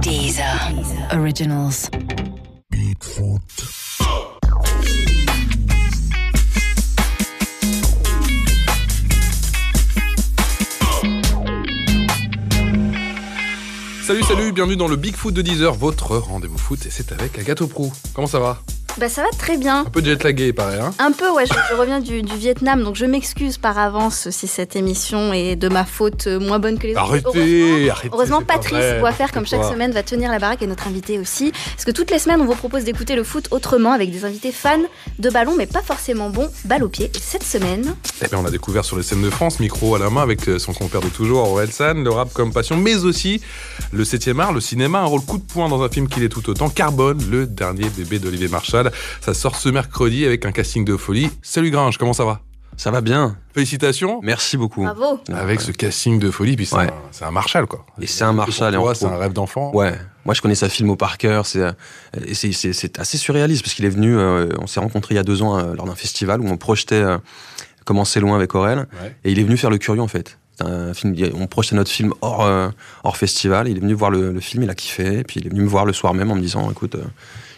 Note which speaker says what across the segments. Speaker 1: Deezer Originals.
Speaker 2: Salut, salut, bienvenue dans le Bigfoot de 10h, votre rendez-vous foot, et c'est avec Agathe Prou. Comment ça va
Speaker 3: Bah ça va très bien.
Speaker 2: Un peu jet lagué, pareil, hein
Speaker 3: Un peu, ouais, je, je reviens du, du Vietnam, donc je m'excuse par avance si cette émission est de ma faute euh, moins bonne que les autres.
Speaker 2: Arrêtez, arrêtez.
Speaker 3: Heureusement,
Speaker 2: c'est pas vrai,
Speaker 3: Patrice Boisfer, comme chaque
Speaker 2: quoi.
Speaker 3: semaine, va tenir la baraque et notre invité aussi. Parce que toutes les semaines, on vous propose d'écouter le foot autrement avec des invités fans de ballon, mais pas forcément bons, balle au pied. Et cette semaine,
Speaker 2: Eh bien, on a découvert sur les scènes de France, micro à la main avec euh, son compère de toujours, Aurel San, le rap comme passion, mais aussi le 7 art, le cinéma, un rôle coup de poing dans un film qu'il est tout autant, Carbone, le dernier bébé d'Olivier Marshall. Ça sort ce mercredi avec un casting de folie. Salut Gringe, comment ça va
Speaker 4: Ça va bien,
Speaker 2: Félicitations
Speaker 4: merci beaucoup.
Speaker 3: bravo.
Speaker 2: avec ce casting de folie, puis c'est
Speaker 4: Ouais.
Speaker 2: un- c'est un, Marshall, quoi.
Speaker 4: Et c'est un Marshall, et
Speaker 2: Pour
Speaker 4: on
Speaker 2: toi, c'est
Speaker 4: retrouve-
Speaker 2: un rêve d'enfant.
Speaker 4: Ouais, moi je connais sa film au par cœur, c'est euh, et c'est- c'est- c'est assez surréaliste parce qu'il est venu, euh, on s'est rencontrés il y a deux ans euh, lors d'un festival où on projetait euh, Comment c'est loin avec Aurel,
Speaker 2: Ouais.
Speaker 4: et il est venu faire le curieux en fait. C'est Un film, on projetait notre film hors, euh, hors festival, il est venu voir le, le film, il a kiffé, et puis il est venu me voir le soir même en me disant écoute, euh,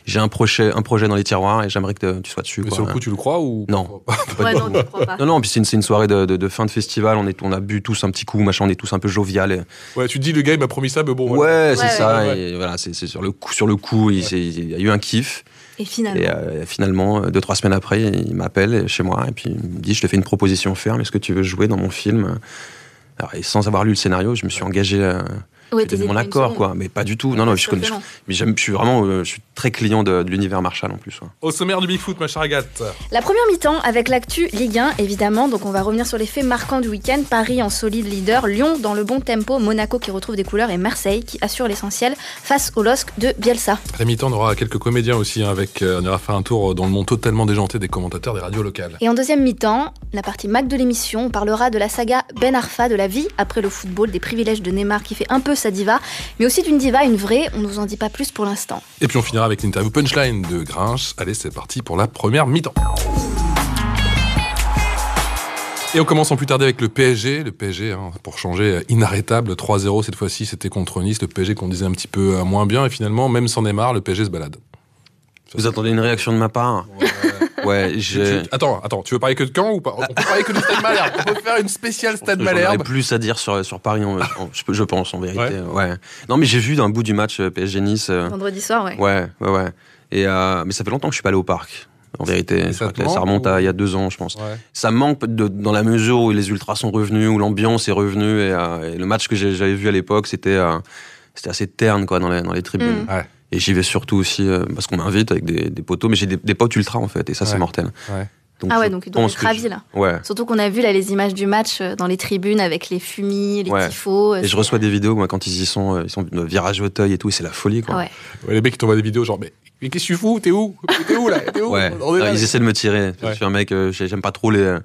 Speaker 4: j'ai un projet, un projet dans les tiroirs et j'aimerais que tu sois dessus.
Speaker 2: Mais
Speaker 4: quoi.
Speaker 2: sur le coup, tu le crois ou
Speaker 4: Non.
Speaker 2: Pas
Speaker 3: Ouais,
Speaker 2: de-
Speaker 3: non, tu crois pas.
Speaker 4: non, non, puis c'est une, c'est une soirée de, de- de fin de festival, on, est, on a bu tous un petit coup, machin, on est tous un peu jovial. et-
Speaker 2: Ouais, tu te dis le gars il m'a promis ça, mais bon.
Speaker 4: Ouais,
Speaker 2: voilà.
Speaker 4: c'est
Speaker 3: Ouais,
Speaker 4: ça.
Speaker 2: ouais, ouais.
Speaker 4: Et voilà, c'est c'est sur le coup, sur le coup, il, s'est- il y a eu un kiff.
Speaker 3: Et finalement,
Speaker 4: Et euh, finalement, euh, deux trois semaines après, il m'appelle chez moi et puis il me dit, je te fais une proposition ferme. Est-ce que tu veux jouer dans mon film Alors, et sans avoir lu le scénario, je me suis engagé. à
Speaker 3: ouais,
Speaker 4: j'ai donné
Speaker 3: t'hésites
Speaker 4: mon
Speaker 3: pas une
Speaker 4: accord,
Speaker 3: seconde.
Speaker 4: quoi. Mais pas du tout. Non, non, je connais.
Speaker 3: Absolument.
Speaker 4: Mais j'aime, je suis vraiment, euh, je suis très client de, de l'univers Marshall en plus. hein. ouais.
Speaker 2: Au sommaire du Bigfoot, ma chère Agathe.
Speaker 3: La première mi-temps avec l'actu Ligue 1, évidemment. Donc, on va revenir sur les faits marquants du week-end. Paris en solide leader, Lyon dans le bon tempo, Monaco qui retrouve des couleurs et Marseille qui assure l'essentiel face au LOSC de Bielsa.
Speaker 2: À la mi-temps, on aura quelques comédiens aussi. hein, avec, euh, on ira faire un tour dans le monde totalement déjanté des commentateurs des radios locales.
Speaker 3: Et en deuxième mi-temps, la partie Mac de l'émission, on parlera de la saga Ben Arfa, de la vie après le football, des privilèges de Neymar qui fait un peu sa diva, mais aussi d'une diva, une vraie. On ne vous en dit pas plus pour l'instant.
Speaker 2: Et puis on finira avec l'interview punchline de Grinch. Allez, c'est parti pour la première mi-temps. Et on commence sans plus tarder avec le PSG. Le PSG, hein, pour changer, euh, inarrêtable. 3-0 cette fois-ci, c'était contre Nice. Le PSG qu'on disait un petit peu euh, moins bien. Et finalement, même sans Neymar, le PSG se balade.
Speaker 4: Vous attendez une réaction de ma part Ouais, j'ai.
Speaker 2: Tu- Attends, attends, tu veux parler que de Caen ou pas On peut parler que du Stade Malherbe. On peut faire une spéciale Stade
Speaker 4: J'en aurais
Speaker 2: Malherbe.
Speaker 4: plus à dire sur, sur Paris, en- en- je, je pense, en vérité.
Speaker 2: Ouais.
Speaker 4: Ouais. Non, mais j'ai vu d'un bout du match euh, PSG-Nice. euh,
Speaker 3: Vendredi soir, ouais.
Speaker 4: Ouais, ouais, ouais. Et, euh, mais ça fait longtemps que je suis pas allé au parc. En vérité,
Speaker 2: Et
Speaker 4: Je
Speaker 2: ça
Speaker 4: crois
Speaker 2: te
Speaker 4: que là, ça
Speaker 2: manque
Speaker 4: remonte
Speaker 2: ou-
Speaker 4: à il y a deux ans, je pense.
Speaker 2: Ouais.
Speaker 4: Ça me manque de- dans la mesure où les ultras sont revenus, où l'ambiance est revenue. Et, euh, et le match que j'ai- j'avais vu à l'époque, c'était euh, c'était assez terne quoi, dans, les, dans les tribunes.
Speaker 2: Mm. Ouais.
Speaker 4: Et j'y vais surtout aussi euh, parce qu'on m'invite avec des, des poteaux, mais j'ai des, des potes ultras en fait, et ça,
Speaker 2: Ouais.
Speaker 4: c'est mortel.
Speaker 2: Ouais.
Speaker 3: Ah ouais,
Speaker 4: je
Speaker 3: donc ils doivent
Speaker 4: pense
Speaker 3: être
Speaker 4: que je-
Speaker 3: ravis, là.
Speaker 4: Ouais.
Speaker 3: Surtout qu'on a vu là les images du match euh, dans les tribunes avec les fumis, les
Speaker 4: Ouais.
Speaker 3: tifos. euh,
Speaker 4: Et je
Speaker 3: c'est-
Speaker 4: reçois des vidéos, moi, quand ils y sont, euh, ils sont euh, virage auteuil et tout, et c'est la folie, quoi.
Speaker 3: Ah ouais.
Speaker 2: Ouais, les mecs qui t'envoient des vidéos genre mais, mais qu'est-ce que tu fous T'es où T'es où là T'es où
Speaker 4: Ouais. Ah,
Speaker 2: On est là,
Speaker 4: ils
Speaker 2: là.
Speaker 4: essaient de me tirer.
Speaker 2: Ouais.
Speaker 4: Je suis un mec, euh, j'ai- j'aime pas trop les, euh,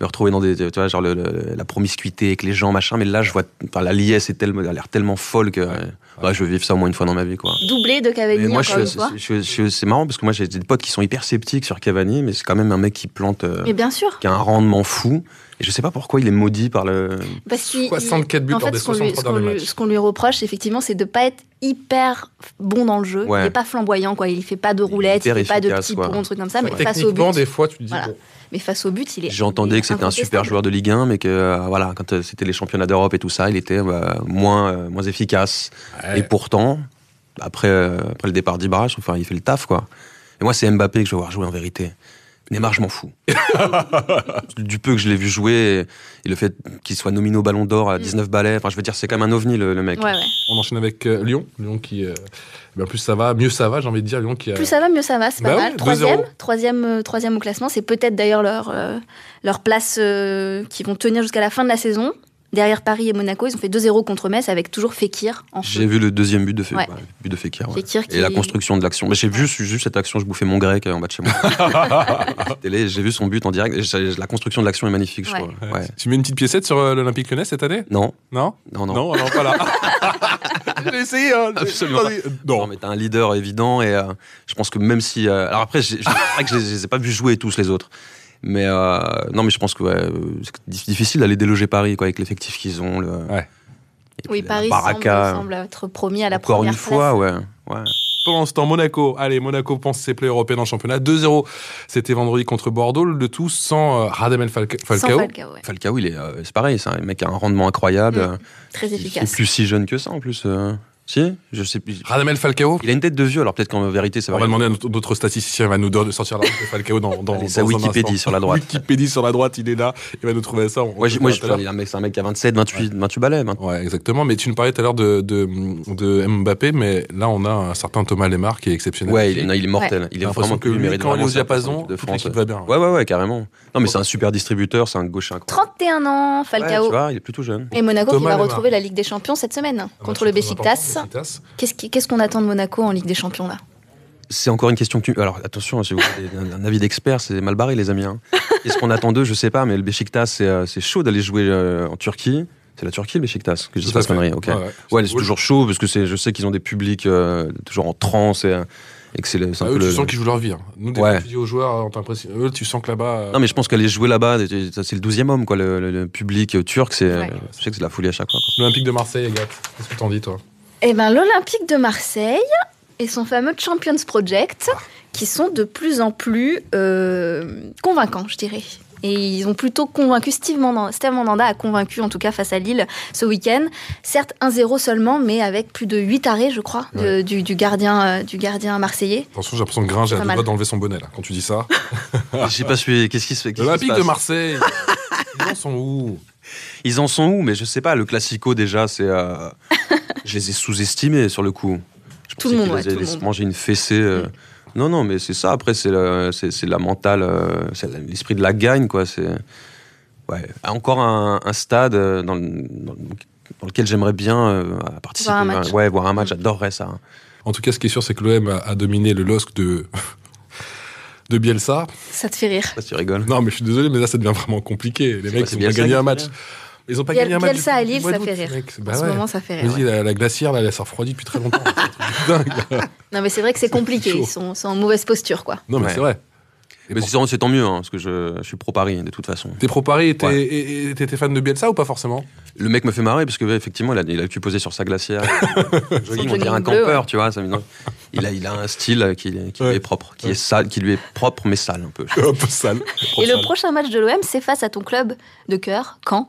Speaker 4: me retrouver dans des, tu vois, genre le- le- la promiscuité avec les gens, machin. Mais là, je vois, enfin, la liesse est tellement, elle a l'air tellement folle que, euh, ouais, je veux vivre ça au moins une fois dans ma vie, quoi.
Speaker 3: Doublé de Cavani
Speaker 4: Mais moi, je
Speaker 3: encore
Speaker 4: suis,
Speaker 3: une fois.
Speaker 4: je suis- je suis- c'est marrant parce que moi, j'ai des potes qui sont hyper sceptiques sur Cavani, mais c'est quand même un mec qui plante, euh,
Speaker 3: Mais bien sûr,
Speaker 4: qui a un rendement fou. Et je sais pas pourquoi il est maudit par le.
Speaker 3: parce qu'il.
Speaker 2: 64 buts
Speaker 3: En
Speaker 2: lors
Speaker 3: fait,
Speaker 2: des
Speaker 3: ce qu'on lui,
Speaker 2: 63
Speaker 3: ce qu'on
Speaker 2: derniers
Speaker 3: lui-
Speaker 2: matchs.
Speaker 3: ce qu'on lui reproche, effectivement, c'est de pas être hyper bon dans le jeu.
Speaker 4: Ouais.
Speaker 3: Il n'est pas flamboyant, quoi. Il fait pas de
Speaker 4: est
Speaker 3: roulettes, il
Speaker 4: hyper
Speaker 3: fait pas de
Speaker 4: efficace,
Speaker 3: petits
Speaker 4: quoi.
Speaker 3: ponts, trucs comme ça.
Speaker 4: Ouais.
Speaker 3: Ah, Mais face au
Speaker 2: Techniquement,
Speaker 3: but,
Speaker 2: des fois, tu te dis
Speaker 3: Voilà.
Speaker 2: bon,
Speaker 3: mais face au but, il est.
Speaker 4: J'entendais que c'était un super joueur de Ligue 1, mais que euh, voilà, quand euh, c'était les championnats d'Europe et tout ça, il était bah, moins, euh, moins efficace.
Speaker 2: Ouais.
Speaker 4: Et pourtant, après, euh, après le départ d'Ibra, je trouve enfin, il fait le taf, quoi. Et moi, c'est Mbappé que je veux voir jouer en vérité. Neymar, je m'en fous. du peu que je l'ai vu jouer, et le fait qu'il soit nominé au Ballon d'Or à 19 balais, enfin, je veux dire, c'est quand même un ovni, le, le mec.
Speaker 3: Mm. Ouais, ouais.
Speaker 2: on enchaîne avec euh, Lyon. Lyon qui, euh, eh bien, plus ça va, mieux ça va. J'ai envie de dire Lyon qui a.
Speaker 3: Plus ça va, mieux ça va, c'est
Speaker 2: Bah
Speaker 3: pas
Speaker 2: ouais,
Speaker 3: mal.
Speaker 2: 2-0.
Speaker 3: Troisième, troisième, euh, troisième au classement, c'est peut-être d'ailleurs leur, euh, leur place euh, qui vont tenir jusqu'à la fin de la saison. Derrière Paris et Monaco, ils ont fait 2-0 contre Metz avec toujours Fekir en feu.
Speaker 4: J'ai vu le deuxième but de, Fe-
Speaker 3: Ouais.
Speaker 4: bah, but de Fekir. ouais.
Speaker 3: Fekir qui
Speaker 4: Et la construction de l'action. Mais j'ai vu juste cette action, je bouffais mon grec euh, en bas de chez moi. Télé, j'ai vu son but en direct. et j'ai- La construction de l'action est magnifique, je
Speaker 3: Ouais.
Speaker 4: trouve.
Speaker 2: Ouais.
Speaker 4: Ouais.
Speaker 2: Tu mets une petite piécette sur euh, l'Olympique Lyonnais cette année
Speaker 4: Non,
Speaker 2: Non
Speaker 4: non, non.
Speaker 2: non, pas là. J'ai essayé. hein.
Speaker 4: Absolument
Speaker 2: Attendez.
Speaker 4: Non,
Speaker 2: Non.
Speaker 4: mais t'as un leader évident et euh, je pense que même si. euh, alors après, j'ai- j'ai- c'est vrai que je les- je les ai pas vus jouer tous les autres. Mais euh, non, mais je pense que ouais, euh, c'est dif- difficile d'aller déloger Paris quoi, avec l'effectif qu'ils ont. le-
Speaker 2: Ouais.
Speaker 4: Et
Speaker 3: Oui,
Speaker 4: puis,
Speaker 3: Paris
Speaker 4: la Baraka,
Speaker 3: semble, semble être promis à la
Speaker 4: encore
Speaker 3: première
Speaker 4: une fois, ouais. ouais.
Speaker 2: Pendant ce temps, Monaco. Allez, Monaco pense ses plaies européennes en championnat. 2-0. C'était vendredi contre Bordeaux. Le tout sans euh, Radamel Falca-
Speaker 3: place. Sans
Speaker 2: Falcao.
Speaker 3: Falcao, ouais.
Speaker 4: Falcao, il est, euh, c'est pareil, c'est un mec qui a un rendement incroyable.
Speaker 3: Mm.
Speaker 4: euh,
Speaker 3: Très
Speaker 4: il- Il
Speaker 3: efficace.
Speaker 4: est plus si jeune que ça en plus. euh. Si, je sais plus.
Speaker 2: Radamel Falcao.
Speaker 4: Il a une tête de vieux, alors peut-être qu'en vérité, ça
Speaker 2: On
Speaker 4: va.
Speaker 2: va demander à notre, notre statisticien, il va nous donner- sortir la de Falcao dans, dans,
Speaker 4: Allez,
Speaker 2: dans
Speaker 4: sa
Speaker 2: un
Speaker 4: Wikipédie
Speaker 2: instant.
Speaker 4: sur la droite.
Speaker 2: Wikipédie sur la droite, il est là, il va nous trouver ça. on- on
Speaker 4: Ouais, j'ai-
Speaker 2: le
Speaker 4: moi,
Speaker 2: fera
Speaker 4: j'ai-
Speaker 2: tout à l'heure.
Speaker 4: il y a un mec, c'est un mec qui a 27, 28, 28 balais. vingt-
Speaker 2: Ouais, exactement. Mais tu nous parlais tout à l'heure de, de, de Mbappé, mais là, on a un certain Thomas Lemar qui est exceptionnel.
Speaker 4: Ouais, il, est- non, il est mortel. Il
Speaker 2: J'ai
Speaker 4: est
Speaker 2: l'impression
Speaker 4: vraiment
Speaker 2: que
Speaker 4: il
Speaker 2: lui,
Speaker 4: mérite
Speaker 2: quand il est
Speaker 4: vraiment
Speaker 2: au
Speaker 4: ça pour
Speaker 2: diapason,
Speaker 4: l'équipe de
Speaker 2: toute
Speaker 4: France.
Speaker 2: l'équipe va bien.
Speaker 4: Ouais, ouais, ouais, carrément. Non, mais c'est un super distributeur, c'est un gaucher incroyable.
Speaker 3: 31 ans,
Speaker 4: Ouais, tu
Speaker 3: Falcao.
Speaker 4: vois, il est plutôt jeune.
Speaker 3: et Monaco
Speaker 2: Thomas
Speaker 3: qui va
Speaker 2: Lemar.
Speaker 3: retrouver la Ligue des Champions cette semaine hein,
Speaker 2: Un
Speaker 3: contre
Speaker 2: match
Speaker 3: le
Speaker 2: très important,
Speaker 3: Besiktas. Qu'est-ce qui- qu'est-ce qu'on attend de Monaco en Ligue des Champions là
Speaker 4: C'est encore une question que tu. Alors attention, hein, si vous voulez des- un, un avis d'expert, c'est mal barré, les amis. hein. Est-ce qu'on attend d'eux Je sais pas, mais le Besiktas, c'est euh, c'est chaud d'aller jouer euh, en Turquie. C'est la Turquie, le Besiktas que je dis
Speaker 2: Tout à
Speaker 4: pas de
Speaker 2: fait.
Speaker 4: conneries, ok.
Speaker 2: Ouais,
Speaker 4: Ouais,
Speaker 2: ouais.
Speaker 4: c'est toujours chaud parce que c'est- je sais qu'ils ont des publics euh, toujours en transe et, euh, et que c'est le- c'est un
Speaker 2: Ah,
Speaker 4: peu
Speaker 2: eux, tu
Speaker 4: le-
Speaker 2: sens qu'ils jouent leur vie. hein. Nous, des
Speaker 4: Ouais.
Speaker 2: fois, tu dis aux joueurs, euh, on t'impressionne. Eux, tu sens que là-bas. euh,
Speaker 4: Non, mais je pense qu'aller jouer là-bas, ça, c'est le 12e homme, quoi. Le, le- le public euh, turc, c'est.
Speaker 3: Ouais.
Speaker 4: Je sais que c'est de la folie à chaque fois. quoi.
Speaker 2: L'Olympique de Marseille, Agathe. Qu'est-ce que t'en dis, toi
Speaker 3: Eh ben l'Olympique de Marseille et son fameux Champions Project
Speaker 2: Ah.
Speaker 3: qui sont de plus en plus euh, convaincants, je dirais. Et ils ont plutôt convaincu, Steve Mandanda, Steve Mandanda a convaincu en tout cas face à Lille ce week-end. Certes 1-0 seulement, mais avec plus de 8 arrêts, je crois, de- du, du gardien, euh, du gardien marseillais.
Speaker 2: Attention, j'ai l'impression que Gringe a
Speaker 3: Pas
Speaker 2: deux
Speaker 3: mal.
Speaker 2: doigts d'enlever son bonnet, là, quand tu dis ça.
Speaker 4: J'ai pas suivi. Qu'est-ce qui se fait qu'est-ce qui se
Speaker 2: L'Olympique Ah. de
Speaker 4: passe
Speaker 2: Marseille Ils en sont où
Speaker 4: Ils en sont où Mais je sais pas. Le Classico, déjà, c'est. euh, je les ai sous-estimés sur le coup. Je
Speaker 3: Tout
Speaker 4: pensais
Speaker 3: le monde,
Speaker 4: qu'ils
Speaker 3: ouais,
Speaker 4: allaient
Speaker 3: tout le
Speaker 4: se
Speaker 3: monde. Mm.
Speaker 4: manger une fessée. euh. Non, non, mais c'est ça. Après, c'est la, c'est, c'est la mentale, euh, c'est la- l'esprit de la gagne, quoi. C'est ouais. Encore un, un stade euh, dans, le- dans le- dans lequel j'aimerais bien euh, participer.
Speaker 3: Voir un match. Mm.
Speaker 4: Ouais, voir un match. J'adorerais ça. hein.
Speaker 2: En tout cas, ce qui est sûr, c'est que l'OM a, a dominé le LOSC de. De Bielsa.
Speaker 3: Ça te fait rire.
Speaker 4: Je sais pas si tu rigoles.
Speaker 2: Non, mais je suis désolé, mais là, ça devient vraiment compliqué. Les mecs, ils
Speaker 4: c'est
Speaker 2: ont
Speaker 4: Bielsa
Speaker 2: gagné
Speaker 4: qui
Speaker 2: un
Speaker 4: fait
Speaker 2: match.
Speaker 4: rire.
Speaker 2: Ils ont pas
Speaker 3: Biel-
Speaker 2: gagné un match.
Speaker 3: Bielsa à
Speaker 2: depuis
Speaker 3: Lille,
Speaker 2: le mois
Speaker 3: ça
Speaker 2: d'août,
Speaker 3: fait rire.
Speaker 2: mec.
Speaker 3: en
Speaker 2: Bah
Speaker 3: ce
Speaker 2: ouais.
Speaker 3: moment, ça fait rire.
Speaker 2: Vas-y, la, la glacière, là, elle s'est refroidie depuis très longtemps. C'est un truc dingue.
Speaker 3: Non, mais c'est vrai que c'est compliqué.
Speaker 2: chaud.
Speaker 3: Ils sont, sont en mauvaise posture, quoi.
Speaker 2: Non, mais
Speaker 4: Ouais.
Speaker 2: c'est vrai. Et
Speaker 4: Mais
Speaker 2: pour-
Speaker 4: c'est, c'est tant mieux, hein, parce que je, je suis pro Paris de toute façon.
Speaker 2: T'es pro Paris et t'es-
Speaker 4: Ouais.
Speaker 2: et- et t'étais fan de Bielsa ou pas forcément
Speaker 4: Le mec me fait marrer parce que ouais, effectivement, il a, il a le cul posé sur sa glacière. Jogging, on
Speaker 3: jogging
Speaker 4: dirait un
Speaker 3: bleu,
Speaker 4: campeur, tu vois. ça me- non. il, a, il a un style euh, qui, qui
Speaker 2: Ouais.
Speaker 4: lui est propre, qui
Speaker 2: Ouais.
Speaker 4: est sale, qui lui est propre mais sale un peu.
Speaker 2: Un peu sale.
Speaker 3: Et le prochain match de l'OM, c'est face à ton club de cœur, quand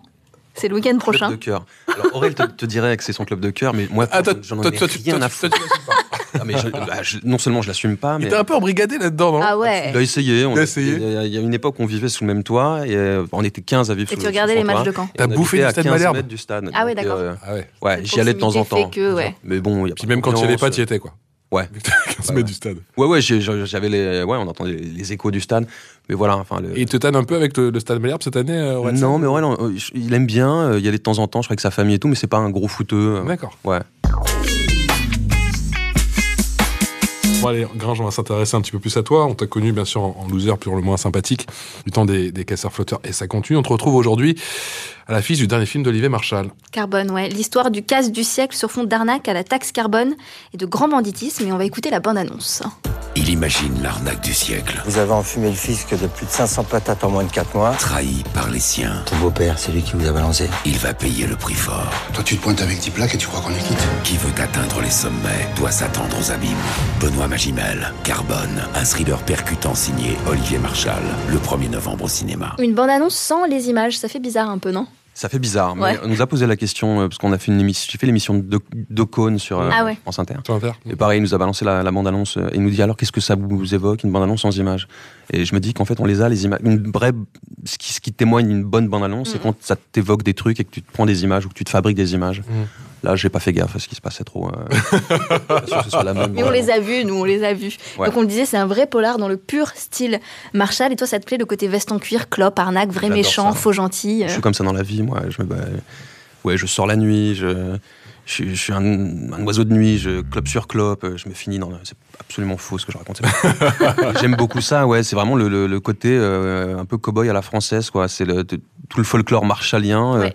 Speaker 3: C'est le week-end
Speaker 4: Club
Speaker 3: prochain.
Speaker 4: de cœur. Alors Aurel te, te dirait que c'est son club de cœur, mais moi,
Speaker 2: Ah, toi,
Speaker 4: j'en
Speaker 2: toi-
Speaker 4: ai
Speaker 2: toi, tu-
Speaker 4: rien
Speaker 2: toi,
Speaker 4: à
Speaker 2: tu-
Speaker 4: foutre.
Speaker 2: toi, tu l'assumes pas.
Speaker 4: Ah, mais je- bah, je- non seulement je l'assume pas,
Speaker 2: Il
Speaker 4: mais
Speaker 2: t'a un peu embrigadé là-dedans, non
Speaker 3: Ah
Speaker 4: il
Speaker 3: ouais.
Speaker 4: l'a essayé. on-
Speaker 2: Il l'a essayé.
Speaker 4: Il y, a, il y a une époque où on vivait sous le même toit et euh, on était 15 à vivre
Speaker 3: Et
Speaker 4: sous
Speaker 3: tu
Speaker 4: le-
Speaker 3: regardais
Speaker 4: sous
Speaker 3: les
Speaker 4: son
Speaker 3: matchs
Speaker 4: toit.
Speaker 3: de quand
Speaker 4: Et
Speaker 2: T'as
Speaker 4: on
Speaker 2: bouffé
Speaker 4: était
Speaker 2: du
Speaker 4: à
Speaker 2: stade
Speaker 4: 15
Speaker 2: Malherbe.
Speaker 4: mètres du stade.
Speaker 3: Ah ouais,
Speaker 4: Donc,
Speaker 3: d'accord.
Speaker 4: euh,
Speaker 2: Ah ouais.
Speaker 4: Ouais,
Speaker 3: Cette
Speaker 4: j'y allais de temps en
Speaker 3: proximité
Speaker 4: temps.
Speaker 3: fait que, ouais.
Speaker 4: Mais bon, il y a
Speaker 2: Puis
Speaker 4: pas
Speaker 2: même quand tu y allais
Speaker 4: d'ambiance, euh,
Speaker 2: pas, tu y étais, quoi.
Speaker 4: Ouais.
Speaker 2: Vu que t'as 15 mètres du stade.
Speaker 4: Ouais, ouais, j'ai- j'ai- j'avais les, ouais, on entendait les, les échos du stade, mais voilà, enfin le.
Speaker 2: Et il te tanne un peu avec le, le stade Malherbe cette année euh, Watson
Speaker 4: non, mais ouais, non, euh, je- il aime bien, euh, il y allait de temps en temps, je crois avec sa famille et tout, mais c'est pas un gros footeux. euh,
Speaker 2: D'accord.
Speaker 4: Ouais.
Speaker 2: Bon, allez, Gringe, on va s'intéresser un petit peu plus à toi. On t'a connu, bien sûr, en en loser pur le moins sympathique, du temps des, des casseurs flotteurs. Et ça continue. On te retrouve aujourd'hui à l'affiche du dernier film d'Olivier Marshall.
Speaker 3: Carbone, ouais. L'histoire du casse du siècle sur fond d'arnaque à la taxe carbone et de grand banditisme. Et on va écouter la bande-annonce.
Speaker 5: Il imagine l'arnaque du siècle,
Speaker 6: Vous avez enfumé le fisc de plus de 500 patates en moins de 4 mois.
Speaker 5: trahi par les siens.
Speaker 6: Ton beau-père, c'est lui qui vous a balancé.
Speaker 5: Il va payer le prix fort.
Speaker 7: Toi, tu te pointes avec 10 plaques et tu crois qu'on est quitte
Speaker 5: Qui veut atteindre les sommets doit s'attendre aux abîmes. Benoît Magimel, Carbone, un thriller percutant signé Olivier Marshall, le 1er novembre au cinéma.
Speaker 3: Une bande-annonce sans les images, ça fait bizarre un peu, non
Speaker 4: Ça fait bizarre, mais
Speaker 3: Ouais.
Speaker 4: on nous a posé la question, euh, parce qu'on a fait une émission, j'ai fait l'émission de d'Ocon sur euh,
Speaker 3: Ah ouais.
Speaker 4: France Inter.
Speaker 2: Tu vas faire
Speaker 4: Et pareil, il nous a balancé la, la bande-annonce euh, et il nous dit alors qu'est-ce que ça vous évoque, une bande-annonce sans images Et je me dis qu'en fait, on les a, les images. Une vraie, ce, qui, ce qui témoigne d'une bonne bande-annonce, c'est
Speaker 3: Mhm.
Speaker 4: quand ça t'évoque des trucs et que tu te prends des images ou que tu te fabriques des images.
Speaker 2: Mhm.
Speaker 3: Mm.
Speaker 4: Là, j'ai pas fait gaffe à ce qui se passait trop. euh, pas sûr que ce soit la même
Speaker 3: Mais on
Speaker 4: bande-annonce.
Speaker 3: les a vus, nous, on les a vus.
Speaker 4: Ouais.
Speaker 3: Donc on le disait, c'est un vrai polar dans le pur style Marshall. Et toi, ça te plaît le côté veste en cuir, clope, arnaque, vrai
Speaker 4: J'adore
Speaker 3: méchant,
Speaker 4: ça.
Speaker 3: faux gentil. euh.
Speaker 4: Je suis comme ça dans la vie, moi. Je me, bah, ouais, je sors la nuit, je, je, suis- je suis un, un oiseau de nuit, je clope sur clope, euh, je me finis dans. le- C'est absolument faux ce que je raconte. c'est pas- J'aime beaucoup ça, ouais. C'est vraiment le, le- le côté euh, un peu cow-boy à la française, quoi. C'est le- t- tout le folklore marshallien euh,
Speaker 3: Ouais.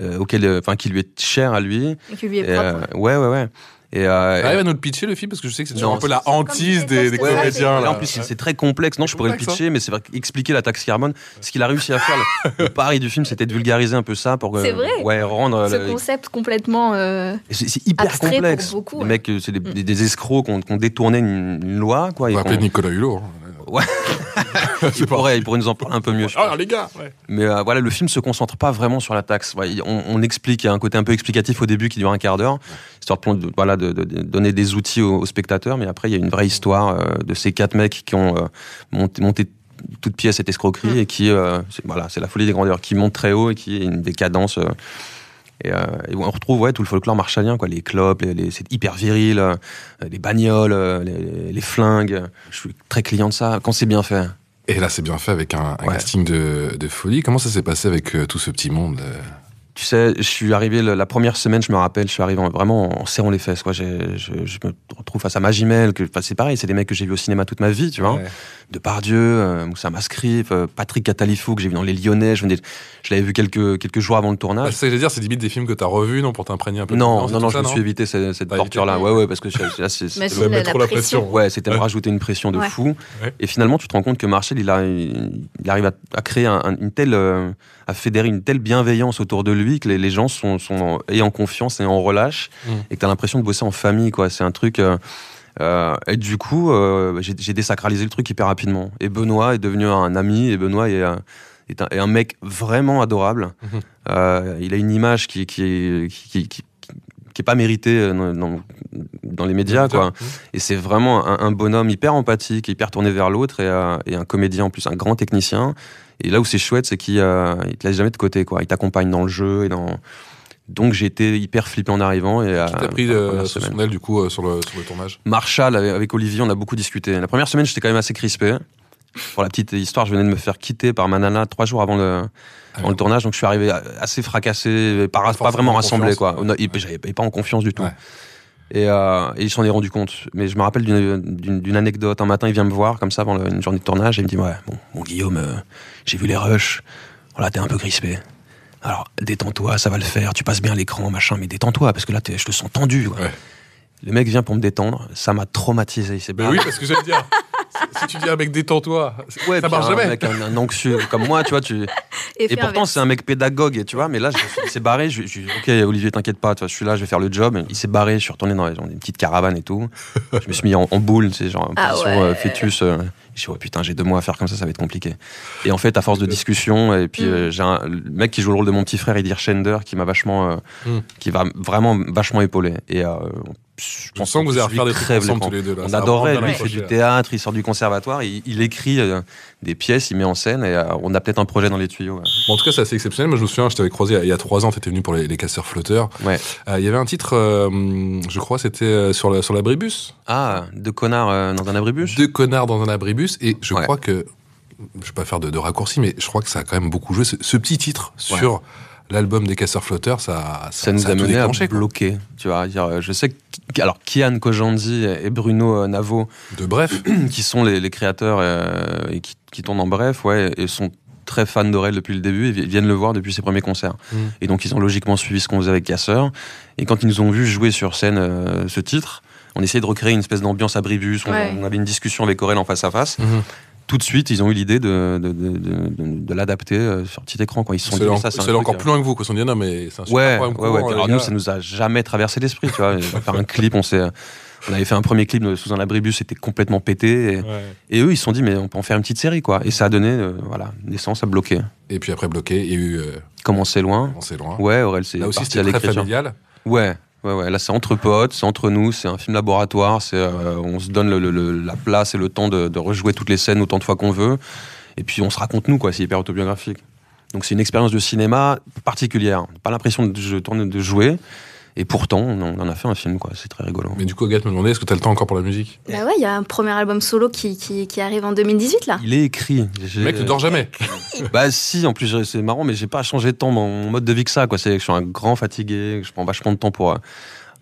Speaker 4: euh, auquel, euh, enfin, qui lui est cher à lui.
Speaker 3: Et que lui est
Speaker 4: Et,
Speaker 3: propre.
Speaker 4: euh, ouais, ouais, ouais. Et, euh,
Speaker 2: Arrive à nous le pitcher le film parce que je sais que c'est toujours
Speaker 4: Non,
Speaker 2: un peu la
Speaker 3: c'est-
Speaker 2: hantise
Speaker 3: comme
Speaker 2: des, des
Speaker 3: c'est- ouais,
Speaker 2: comédiens.
Speaker 4: Et
Speaker 2: là.
Speaker 4: en plus, c'est très complexe. Non, je pourrais le
Speaker 3: hein.
Speaker 2: Complexe,
Speaker 4: pitcher, mais c'est vrai expliquer la taxe carbone. Ce qu'il a réussi à faire, le, le pari du film, c'était de vulgariser un peu ça pour euh,
Speaker 3: C'est vrai.
Speaker 4: ouais, rendre.
Speaker 3: Ce
Speaker 4: le-
Speaker 3: concept complètement. euh,
Speaker 4: Et C'est c'est hyper
Speaker 3: abstrait pour
Speaker 4: complexe.
Speaker 3: beaucoup,
Speaker 4: les
Speaker 3: ouais. Mm.
Speaker 4: mecs, euh, c'est des, des- des escrocs qui ont, qui ont détourné une, une loi, quoi. et
Speaker 2: On va
Speaker 3: Bah,
Speaker 2: appeler
Speaker 4: qu'on-
Speaker 2: Nicolas Hulot. hein.
Speaker 4: ils, pourraient, ils pourraient nous en parler un peu mieux. je pense.
Speaker 2: Ah, les gars ouais.
Speaker 4: Mais euh, voilà, le film se concentre pas vraiment sur la taxe. Ouais, il- on, on explique, il y a un côté un peu explicatif au début qui dure un quart d'heure, histoire de, plon- de- voilà, de, de- de donner des outils aux, aux spectateurs. Mais après, il y a une vraie histoire euh, de ces quatre mecs qui ont euh, monté, monté toute pièce cette escroquerie et qui, euh, c'est- voilà, c'est la folie des grandeurs, qui monte très haut et qui est une décadence. euh, et, euh, et on retrouve ouais, tout le folklore marchalien, quoi, les clopes, les, les- c'est hyper viril, euh, les bagnoles, euh, les, les flingues. Je suis très client de ça quand c'est bien fait.
Speaker 2: Et là, c'est bien fait avec un, un
Speaker 4: Ouais.
Speaker 2: casting de, de folie. Comment ça s'est passé avec euh, tout ce petit monde euh
Speaker 4: Tu sais, je suis arrivé le- la première semaine, je me rappelle, je suis arrivé en- vraiment en serrant les fesses. Quoi. J'ai- Je, je me retrouve face à Magimel, que enfin, c'est pareil, c'est des mecs que j'ai vus au cinéma toute ma vie, tu vois.
Speaker 2: Ouais.
Speaker 4: Depardieu, euh, Moussa Mascrif, euh, Patrick Catalifou, que j'ai vu dans Les Lyonnais. Je, venais- je l'avais vu quelques, quelques jours avant le
Speaker 2: Ah,
Speaker 4: tournage.
Speaker 2: C'est ce que dire, c'est limite des films que t'as revus, non, pour t'imprégner un peu.
Speaker 4: non,
Speaker 2: de
Speaker 4: non, non,
Speaker 2: l'ambiance
Speaker 4: je
Speaker 2: et
Speaker 4: me
Speaker 2: tout
Speaker 4: suis évité cette, cette
Speaker 2: T'as évité.
Speaker 4: torture-là. Ouais, ouais, parce que je- là, c'est-
Speaker 3: Mais
Speaker 4: c'est-
Speaker 2: ça
Speaker 3: La-
Speaker 2: met
Speaker 3: la
Speaker 2: trop la
Speaker 3: pression.
Speaker 2: pression.
Speaker 4: Ouais, c'était me rajouter une pression de
Speaker 3: Ouais.
Speaker 4: fou.
Speaker 2: Ouais.
Speaker 4: Et finalement, tu te rends compte que Marshall, il, a, il, il arrive à, à créer un- un- une telle, euh, à fédérer une telle bienveillance autour de lui que les, les gens sont, sont en, et en confiance et en relâche,
Speaker 2: Mm.
Speaker 4: et que t'as l'impression de bosser en famille, quoi. C'est un truc. euh, euh, et du coup, euh, j'ai j'ai désacralisé le truc hyper rapidement. Et Benoît est devenu un ami, et Benoît est, euh, est, un, est un mec vraiment adorable.
Speaker 2: Mhm.
Speaker 4: Euh, il a une image qui, qui, est- qui, qui, qui- qui est pas méritée euh, dans, dans- dans les médias, quoi. Et c'est vraiment un, un bonhomme hyper empathique, hyper tourné vers l'autre et, euh, et un comédien en plus, un grand technicien. Et là où c'est chouette, c'est qu'il euh, il te laisse jamais de côté, quoi. Il t'accompagne dans le jeu et dans. Donc j'ai été hyper flippé en arrivant. Et,
Speaker 2: Qui t'a pris
Speaker 4: la
Speaker 2: euh,
Speaker 4: première
Speaker 2: sous
Speaker 4: semaine.
Speaker 2: son aile, du coup, euh, sur, le, sur le tournage
Speaker 4: Marshall, avec, avec Olivier, on a beaucoup discuté. La première semaine, j'étais quand même assez crispé. Pour la petite histoire, je venais de me faire quitter par ma nana trois jours avant le, avant le tournage, donc je suis arrivé a- assez fracassé, pas, pas
Speaker 2: Ah Forcément
Speaker 4: vraiment
Speaker 2: en
Speaker 4: rassemblé,
Speaker 2: confiance.
Speaker 4: quoi. Non, et puis J'avais j'avais pas en confiance du tout.
Speaker 2: Ouais.
Speaker 4: Et, euh, et il s'en est rendu compte. Mais je me rappelle d'une- d'une d'une anecdote. Un matin, il vient me voir, comme ça, avant le- une journée de tournage, et il me dit Ouais, bon, bon Guillaume, euh, j'ai vu les rushs. Voilà, t'es un peu crispé. Alors, détends-toi, ça va le faire. Tu passes bien l'écran, machin, mais détends-toi, parce que là, t'es- je te sens tendu. quoi.
Speaker 2: Ouais.
Speaker 4: Le mec vient pour me détendre, ça m'a traumatisé. Il s'est
Speaker 2: Ben
Speaker 4: pas-
Speaker 2: oui, parce que j'allais dire. si- Si tu dis un mec détends-toi, c'est-
Speaker 4: Ah, Ouais,
Speaker 2: ça
Speaker 4: puis
Speaker 2: marche
Speaker 4: un
Speaker 2: jamais.
Speaker 4: mec, un, un anxieux comme moi, tu vois, tu, et
Speaker 3: effet
Speaker 4: pourtant,
Speaker 3: inverse.
Speaker 4: c'est un mec pédagogue, et tu vois, mais là, je- il s'est barré. Je, je, ok, Olivier, t'inquiète pas, tu vois, je suis là, je vais faire le job. Il s'est barré, je suis retourné dans dans une petite caravane et tout. Je me suis mis en, en boule, c'est genre en
Speaker 3: Ah
Speaker 4: position
Speaker 3: ouais.
Speaker 4: euh, fœtus. euh, je suis, oh putain, j'ai deux mois à faire comme ça, ça va être compliqué. Et en fait, à force de discussion, et puis
Speaker 3: Mm.
Speaker 4: euh, j'ai un- le mec qui joue le rôle de mon petit frère, Edir Schender, qui m'a vachement, euh,
Speaker 2: Mm.
Speaker 4: qui va vraiment vachement épaulé. Et euh, je
Speaker 2: Je sens que vous allez
Speaker 4: lui
Speaker 2: refaire des trucs
Speaker 4: crève
Speaker 2: ensemble
Speaker 4: l'écran.
Speaker 2: tous les deux. Là.
Speaker 4: On
Speaker 2: Ça va
Speaker 4: adorait,
Speaker 2: prendre
Speaker 4: lui,
Speaker 2: bien
Speaker 4: il fait du
Speaker 2: accrocher.
Speaker 4: théâtre, il sort du conservatoire, il, il écrit euh, des pièces, il met en scène, et euh, on a peut-être un projet dans les tuyaux. ouais.
Speaker 2: Bon, en tout cas, c'est assez exceptionnel. Moi, je me souviens, je t'avais croisé il y a trois ans, t'étais venu pour les, les casseurs flotteurs.
Speaker 4: Ouais.
Speaker 2: Euh, Il y avait un titre, euh, hum, je crois, c'était euh, sur, la, sur l'abribus.
Speaker 4: Ah, deux connards euh, dans un abribus
Speaker 2: Deux connards dans un abribus. Et je
Speaker 4: Ouais.
Speaker 2: crois que, je vais pas faire de, de raccourci, mais je crois que ça a quand même beaucoup joué. Ce, ce petit titre sur l'album des casseurs flotteurs, ça, ça,
Speaker 4: Ça nous
Speaker 2: ça
Speaker 4: a
Speaker 2: tout
Speaker 4: mené à
Speaker 2: déclenché, quoi.
Speaker 4: bloquer. Tu vois, dire, euh, je sais que, alors, Kian Kojandi et Bruno euh, Navo,
Speaker 2: De bref.
Speaker 4: qui sont les, les créateurs euh, et qui, qui tournent en bref, ouais, et sont très fans d'Aurel depuis le début, ils vi- viennent le voir depuis ses premiers concerts.
Speaker 2: Mm.
Speaker 4: Et donc, ils ont logiquement suivi ce qu'on faisait avec Casseur. Et quand ils nous ont vu jouer sur scène euh, ce titre, on essayait de recréer une espèce d'ambiance abribus. On,
Speaker 3: Ouais.
Speaker 4: on avait une discussion avec Aurel en face à face.
Speaker 2: Mhm.
Speaker 4: Tout de suite, ils ont eu l'idée de, de, de- de- de- de l'adapter euh, sur petit écran. Quoi. Ils se sont
Speaker 2: C'est
Speaker 4: dit,
Speaker 2: en-
Speaker 4: ça, c'est un
Speaker 2: c'est
Speaker 4: truc,
Speaker 2: encore
Speaker 4: euh,
Speaker 2: plus loin que vous, quoi. Ils se sont dit, non, mais c'est un super
Speaker 4: Ouais, ouais,
Speaker 2: programme courant,
Speaker 4: ouais. Puis
Speaker 2: euh, les
Speaker 4: Alors
Speaker 2: gars.
Speaker 4: nous, ça nous a jamais traversé l'esprit, tu vois. Faire un clip, on s'est, on avait fait un premier clip sous un abribus, c'était complètement pété. Et,
Speaker 2: Ouais.
Speaker 4: et eux, ils se sont dit, mais on peut en faire une petite série, quoi. Et ça a donné, euh, voilà, naissance à bloquer.
Speaker 2: Et puis après, bloqué, il y a eu. euh,
Speaker 4: Commencer loin.
Speaker 2: bon, c'est loin.
Speaker 4: Ouais, Aurel, c'est
Speaker 2: Là aussi,
Speaker 4: parti
Speaker 2: c'était
Speaker 4: à
Speaker 2: très
Speaker 4: l'écriture.
Speaker 2: familial.
Speaker 4: Ouais, ouais, ouais. Là, c'est entre potes, c'est entre nous, c'est un film laboratoire. C'est, euh, on se donne le- le- le- la place et le temps de, de rejouer toutes les scènes autant de fois qu'on veut. Et puis, on se raconte nous, quoi. C'est hyper autobiographique. Donc, c'est une expérience de cinéma particulière. Pas l'impression de, je tourne- de jouer. Et pourtant, on en on en a fait un film, quoi. C'est très rigolo.
Speaker 2: Mais du coup, Agathe me demandait, est-ce que t'as le temps encore pour la musique
Speaker 3: Bah ouais, il y a un premier album solo qui, qui, qui arrive en 2018 là.
Speaker 4: Il est écrit. J'ai-
Speaker 2: Le mec ne dort jamais.
Speaker 4: Bah si, en plus c'est marrant, mais j'ai pas changé tant mon mode de vie que ça. Quoi. C'est que je suis un grand fatigué, que je prends vachement de temps pour... euh,